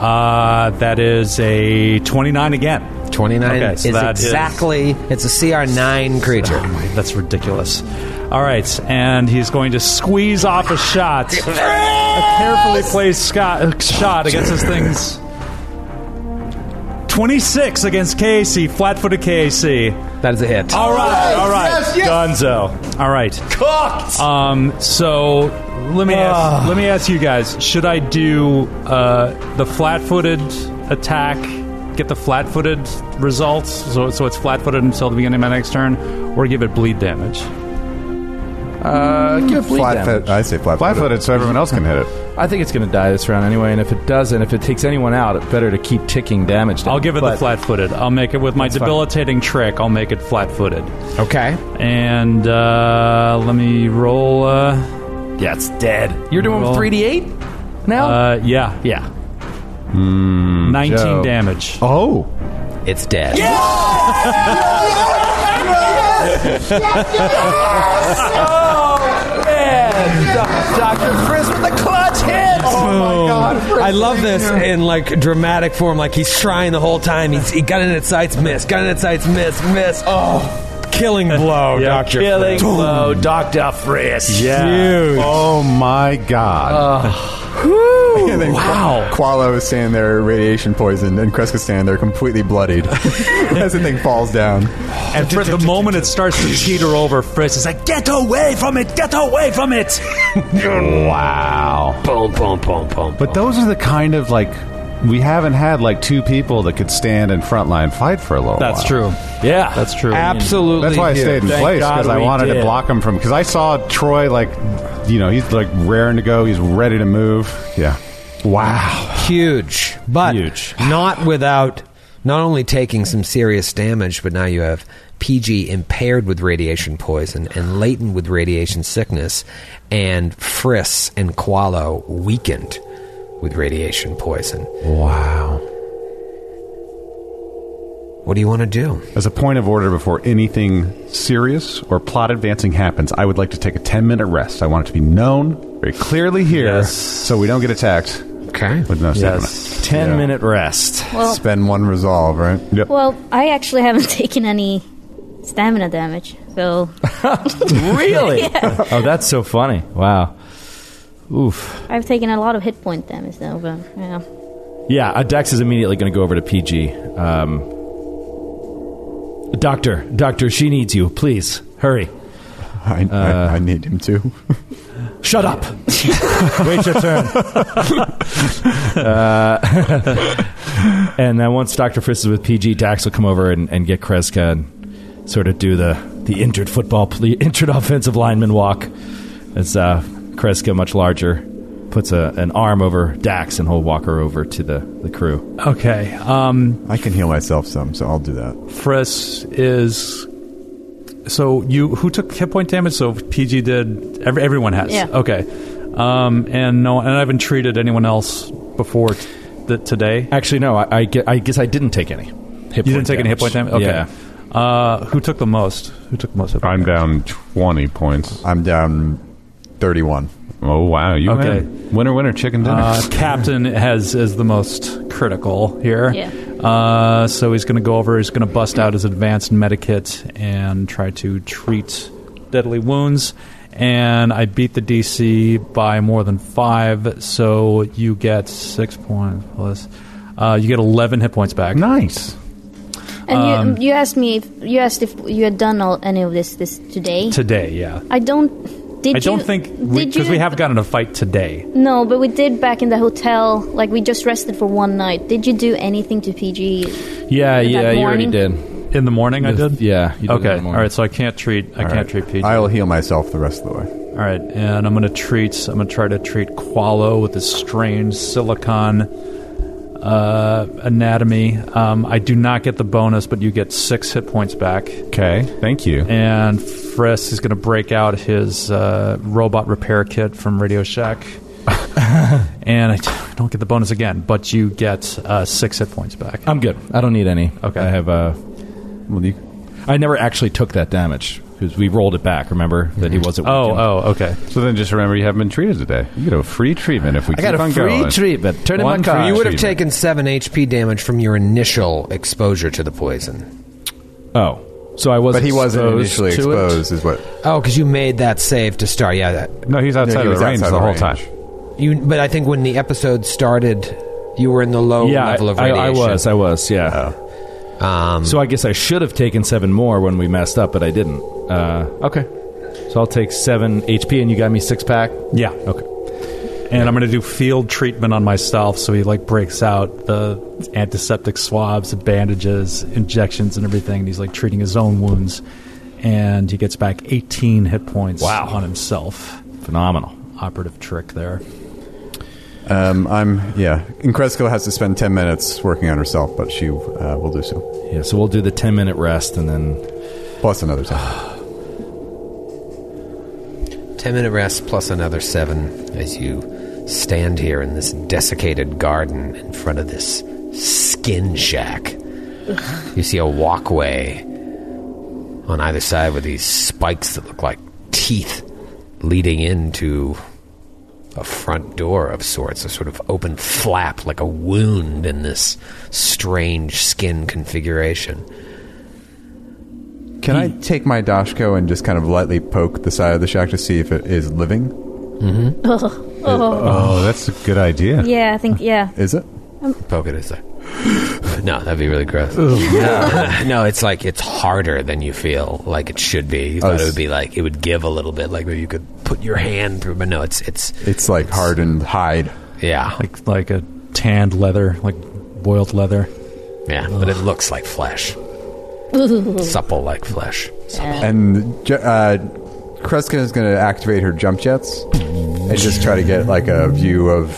Speaker 3: Uh, that is a twenty-nine again.
Speaker 2: Twenty-nine
Speaker 3: Okay, so
Speaker 2: is
Speaker 3: that is- Oh
Speaker 2: exactly. It's a CR nine creature.
Speaker 3: That's ridiculous. All right, and he's going to squeeze off a shot, a carefully placed scot- uh, shot against this thing's twenty-six against KAC, flat-footed KAC.
Speaker 2: That is a hit.
Speaker 3: All right, all right, Gonzo. All right, cooked. Ah. Um, so let me ask, let me ask you guys: Should I do uh, the flat-footed attack? Get the flat-footed results, so so it's flat-footed until the beginning of my next turn, or give it bleed damage?
Speaker 6: Uh, give it bleed
Speaker 7: flat
Speaker 6: damage.
Speaker 7: foot. I say flat
Speaker 10: Flat
Speaker 7: footed.
Speaker 10: footed so everyone else can hit it.
Speaker 6: I think it's going to die this round anyway, and if it doesn't, if it takes anyone out, it's better to keep ticking damage. down.
Speaker 3: I'll give it the
Speaker 6: But
Speaker 3: flat-footed. I'll make it with my debilitating trick. I'll make it flat-footed,
Speaker 2: Okay.
Speaker 3: and uh, let me roll. Uh,
Speaker 6: Yeah, it's dead. You're doing
Speaker 3: Roll.
Speaker 6: 3d8 now.
Speaker 3: uh, yeah, yeah. Nineteen
Speaker 10: Joe.
Speaker 3: damage.
Speaker 10: Oh,
Speaker 2: It's dead.
Speaker 6: Doctor Frizz with the clutch hit.
Speaker 2: Oh, I love this in like dramatic form. Like he's trying the whole time. He's he got in at sights, miss. Got in at sights, miss, miss. Oh, killing blow, Doctor.
Speaker 6: Killing blow, Doctor Frizz.
Speaker 10: yeah. Oh my God.
Speaker 7: (laughs) And then
Speaker 3: Wow.
Speaker 7: Qualo is standing there, radiation poisoned, and Kreska's standing there, completely bloodied, as the thing falls down.
Speaker 3: And for the moment it starts to teeter over, Fritz is like, "Get away from it! Get away from it!"
Speaker 10: wow.
Speaker 2: Boom, boom, boom, boom.
Speaker 10: But those are the kind of like we haven't had like two people that could stand in frontline fight for a little. while.
Speaker 3: Yeah, that's true.
Speaker 2: absolutely.
Speaker 10: That's why I
Speaker 2: do.
Speaker 10: stayed in
Speaker 6: Thank
Speaker 10: place
Speaker 6: God
Speaker 10: because I
Speaker 6: we
Speaker 10: wanted to
Speaker 6: did.
Speaker 10: block him from. Because I saw Troy like, you know, he's like raring to go. He's ready to move. Yeah. Wow.
Speaker 2: huge, but
Speaker 10: Huge.
Speaker 2: not without not only taking some serious damage, but now you have PG impaired with radiation poison and latent with radiation sickness, and Friss and Qualo weakened with radiation poison.
Speaker 10: Wow.
Speaker 2: What do you want to do?
Speaker 10: As a point of order, before anything serious or plot advancing happens, I would like to take a ten minute rest. I want it to be known very clearly here,
Speaker 3: Yes.
Speaker 10: so we don't get attacked
Speaker 2: Okay.
Speaker 10: with no stamina.
Speaker 3: Yes.
Speaker 6: Ten minute rest.
Speaker 4: Well,
Speaker 7: Spend one resolve, right?
Speaker 10: Yep.
Speaker 4: well, I actually haven't (laughs) taken any stamina damage, so
Speaker 6: (laughs) really? Oh, that's so funny. Wow. Oof.
Speaker 4: I've taken a lot of hit point damage though. But yeah,
Speaker 6: Yeah, uh, Dex is immediately going to go over to PG. Um, doctor, doctor, she needs you. Please, hurry.
Speaker 7: I,
Speaker 6: Uh.
Speaker 7: I, I need him too.
Speaker 3: (laughs)
Speaker 6: Shut up. (laughs) Wait your turn. uh, (laughs) And then once Dr. Fist is with PG, Dax will come over and, and get Kreska and sort of do the, the injured football, the injured (laughs) offensive lineman walk. As uh, Kreska, much larger, puts a, an arm over Dax and he'll walk her over to the, the crew.
Speaker 3: Okay. Um,
Speaker 7: (laughs) I can heal myself some, so I'll do that.
Speaker 3: Friss is. So you who took hit point damage? So PG did. Every, everyone has.
Speaker 4: Yeah.
Speaker 3: Okay. Um, and no, and I haven't treated anyone else before t- th- today.
Speaker 6: Actually, no, I, I, gue- I guess I didn't take any. Hit
Speaker 3: You didn't take any hit point damage. Okay. Uh, who took the most? Who took the most? Hit point
Speaker 10: I'm down 20 points.
Speaker 7: I'm down 31.
Speaker 10: Oh, wow. You
Speaker 3: Okay.
Speaker 10: had winner, winner, chicken dinner.
Speaker 3: Uh, Captain has is the most critical here.
Speaker 4: Yeah.
Speaker 3: Uh, so he's going to go over. He's going to bust out his advanced medikit and try to treat deadly wounds. And I beat the DC by more than five, so you get six points plus. Uh, you get eleven hit points back.
Speaker 10: nice.
Speaker 4: And
Speaker 3: Um,
Speaker 4: you, you asked me if you asked if you had done all, any of this this today.
Speaker 3: Today, yeah.
Speaker 4: I don't. Did
Speaker 3: I don't
Speaker 4: you-
Speaker 3: think
Speaker 4: did
Speaker 3: because
Speaker 4: you-
Speaker 3: we, have gotten in a fight today.
Speaker 4: No, but we did back in the hotel. Like we just rested for one night. Did you do anything to PG?
Speaker 6: Yeah,
Speaker 4: Did that
Speaker 6: yeah, Uh, you already
Speaker 4: morning?
Speaker 6: did.
Speaker 3: In the morning, I
Speaker 6: The-
Speaker 3: did.
Speaker 6: yeah, you did in
Speaker 3: okay.
Speaker 6: the
Speaker 3: All
Speaker 6: morning.
Speaker 3: right. So I can't treat. I can't treat PG.
Speaker 7: I'll heal myself the rest of the way.
Speaker 3: All right, and I'm gonna treat. I'm gonna try to treat Qualo with his strange silicon uh, anatomy. Um, I do not get the bonus, but you get six hit points back.
Speaker 10: Okay. Thank you.
Speaker 3: And Friss is gonna break out his uh, robot repair kit from Radio
Speaker 6: (laughs)
Speaker 3: Shack. and I t- don't get the bonus again, but you get uh, six hit points back.
Speaker 6: I'm good. I don't need any.
Speaker 3: Okay.
Speaker 6: I have Uh, well, you, I never actually took that damage because we rolled it back. Remember that he wasn't.
Speaker 3: Oh,
Speaker 6: working.
Speaker 3: oh, okay.
Speaker 10: So then just remember you haven't been treated today. You get a free treatment if we
Speaker 6: I
Speaker 10: keep
Speaker 6: got
Speaker 10: on
Speaker 6: a free
Speaker 10: going.
Speaker 6: treatment. Turn in
Speaker 10: One
Speaker 6: my
Speaker 10: free-
Speaker 6: card.
Speaker 2: You would have
Speaker 10: Treatment.
Speaker 2: taken 7 HP damage from your initial exposure to the poison.
Speaker 6: oh, so I was.
Speaker 7: But he wasn't
Speaker 6: exposed
Speaker 7: initially
Speaker 6: to it?
Speaker 7: exposed, is what.
Speaker 2: Oh, because you made that save to start. Yeah, that,
Speaker 10: No, he's outside
Speaker 7: Yeah, he
Speaker 10: of
Speaker 7: was
Speaker 10: the range
Speaker 7: outside
Speaker 10: the
Speaker 7: the
Speaker 10: whole
Speaker 7: range.
Speaker 10: time.
Speaker 2: You, but I think when the episode started, you were in the low
Speaker 6: Yeah, I,
Speaker 2: Oh, level of
Speaker 6: I-
Speaker 2: radiation.
Speaker 6: I was. I was. Yeah.
Speaker 2: Um,
Speaker 6: So I guess I should have taken seven more when we messed up, but I didn't. Uh, okay. So I'll take seven HP, and you got me six pack.
Speaker 3: Yeah. Okay. And I'm going to do field treatment on myself, so he like breaks out the antiseptic swabs, bandages, injections, and everything. And he's like treating his own wounds, and he gets back 18 hit points
Speaker 6: Wow.
Speaker 3: on himself.
Speaker 6: Phenomenal.
Speaker 3: Operative trick there.
Speaker 7: Um, I'm, yeah. And Kresko has to spend 10 minutes working on herself, but she uh, will do so.
Speaker 6: Yeah. So we'll do the ten minute rest, and then
Speaker 7: Plus another 10.
Speaker 2: 10 minute rest plus another 7 as you stand here in this desiccated garden in front of this skin shack. You see a walkway on either side with these spikes that look like teeth leading into a front door of sorts, a sort of open flap like a wound in this strange skin configuration.
Speaker 7: Can I take my Dashko and just kind of lightly poke the side of the shack to see if it is living?
Speaker 10: Oh, that's a good idea.
Speaker 4: Yeah, I think yeah.
Speaker 7: Is it?
Speaker 2: poke it is there. (gasps) No, that'd be really gross. (laughs) no, no, it's like it's harder than you feel like it should be.
Speaker 6: Oh,
Speaker 2: You thought it
Speaker 7: it's-
Speaker 2: would be like it would give a little bit, like maybe you could put your hand through, but no, it's it's
Speaker 7: It's like hardened hide.
Speaker 2: yeah,
Speaker 3: Like like a tanned leather, like boiled leather.
Speaker 2: yeah. But it looks like
Speaker 6: (laughs)
Speaker 2: flesh, supple like flesh.
Speaker 7: And Ju- uh, Kreska is going to activate her jump jets and just try to get like a view of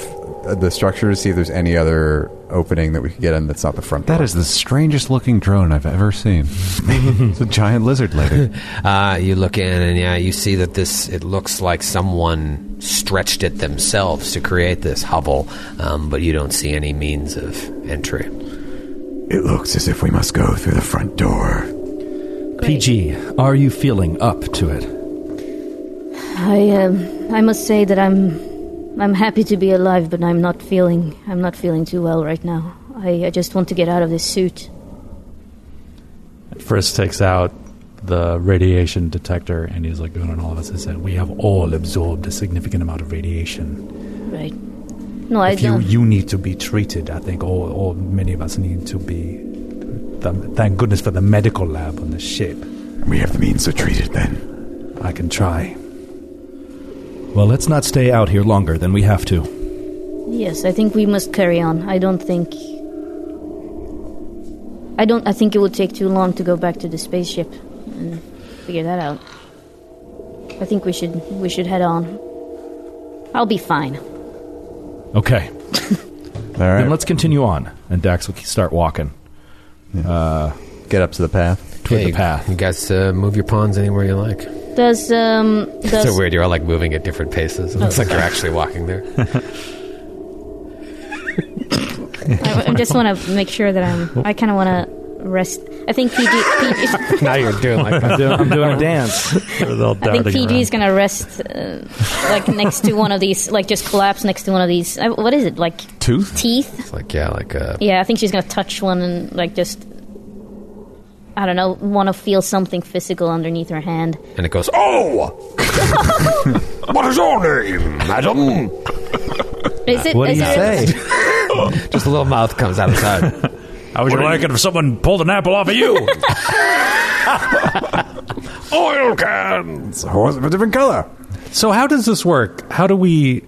Speaker 7: the structure to see if there's any other opening that we could get in that's not the front.
Speaker 10: That
Speaker 7: door.
Speaker 10: is the strangest looking drone I've ever seen. it's a giant lizard lady.
Speaker 2: Uh, you look in and yeah, you see that this it looks like someone stretched it themselves to create this hovel, um, but you don't see any means of entry.
Speaker 8: It looks as if we must go through the front door.
Speaker 6: PG, are you feeling up to it?
Speaker 4: I um, I must say that I'm I'm happy to be alive, but I'm not feeling I'm not feeling too well right now. I, I just want to get out of this suit.
Speaker 3: Frisk takes out the radiation detector, and he's like going on all of us and said, "We have all absorbed a significant amount of radiation."
Speaker 4: Right. No, I
Speaker 3: if you,
Speaker 4: don't.
Speaker 3: you need to be treated, I think all, all many of us need to be. Th- thank goodness for the medical lab on the ship.
Speaker 8: We have the means to treat it then.
Speaker 3: I can try.
Speaker 6: Well, let's not stay out here longer than we have to.
Speaker 4: yes, I think we must carry on. I don't think I don't. I think it would take too long to go back to the spaceship and figure that out. I think we should we should head on. I'll be fine.
Speaker 6: (laughs) Okay.
Speaker 7: All right.
Speaker 6: Then let's continue on, and Dax will start walking. Uh,
Speaker 7: Get up to the path.
Speaker 6: Toward the
Speaker 2: you-
Speaker 6: path.
Speaker 2: You guys uh, move your pawns anywhere you like.
Speaker 4: Does um does
Speaker 2: so weird. You're all like moving at different paces. It looks
Speaker 6: Oh.
Speaker 2: like you're actually walking there.
Speaker 4: I, I just want to make sure that I'm. I kind of want to rest. I think PG.
Speaker 2: (laughs)
Speaker 4: PG
Speaker 2: now you're doing like
Speaker 6: I'm doing, I'm doing
Speaker 2: (laughs)
Speaker 6: a dance.
Speaker 4: I think PG is gonna rest, uh, like next to one of these, like just collapse next to one of these. I, what is it like?
Speaker 10: Tooth?
Speaker 4: Teeth?
Speaker 2: It's like yeah, like uh,
Speaker 4: Yeah, I think she's gonna touch one and like just. I don't know. Want to feel something physical underneath her hand?
Speaker 2: and it goes. Oh, what is your name, madam?
Speaker 4: Is it?
Speaker 6: What do
Speaker 4: is
Speaker 6: you
Speaker 4: it
Speaker 6: say?
Speaker 2: Just a little mouth comes out of his
Speaker 6: (laughs)
Speaker 2: head.
Speaker 3: I was like if someone pulled an apple off of you.
Speaker 10: Oil cans.
Speaker 7: Horse of a different color.
Speaker 3: so how does this work? How do we?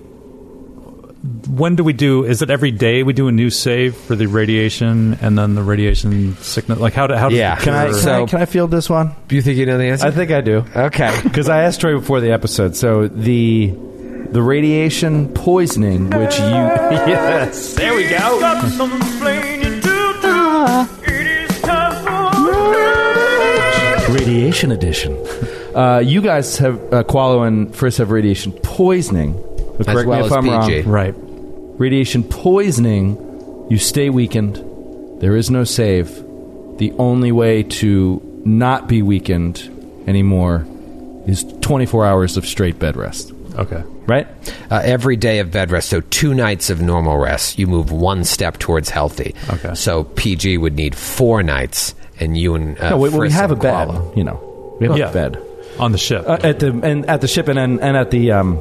Speaker 3: When do we do? Is it every day we do a new save for the radiation and then the radiation sickness? Like how? Do, how does
Speaker 2: Yeah.
Speaker 3: The
Speaker 6: Can I, (laughs)
Speaker 3: cure-
Speaker 6: can,
Speaker 2: So-
Speaker 6: I, can I field this one?
Speaker 2: Do you think you know the answer?
Speaker 6: I think I (laughs) do.
Speaker 2: okay.
Speaker 6: Because I asked Troy before the episode. So the the radiation poisoning, which you (laughs) yes, there we go. Radiation edition. Uh, you guys have uh, Qualo and first have radiation poisoning. But
Speaker 2: As
Speaker 6: correct
Speaker 2: well
Speaker 6: me
Speaker 2: as
Speaker 6: if I'm
Speaker 2: PG.
Speaker 6: wrong.
Speaker 3: right?
Speaker 6: Radiation poisoning. You stay weakened. There is no save. The only way to not be weakened anymore is 24 hours of straight bed rest.
Speaker 3: Okay.
Speaker 6: Right?
Speaker 2: (laughs) Uh, every day of bed rest, so two nights of normal rest, you move one step towards healthy.
Speaker 3: Okay.
Speaker 2: So PG would need four nights, and you and uh,
Speaker 6: no, we, we
Speaker 2: Friss
Speaker 6: have a
Speaker 2: and
Speaker 6: bed.
Speaker 2: Koala.
Speaker 6: You know, we have
Speaker 3: Yeah.
Speaker 6: a bed
Speaker 3: On the ship.
Speaker 6: uh, at the and at the ship and and, and at the um,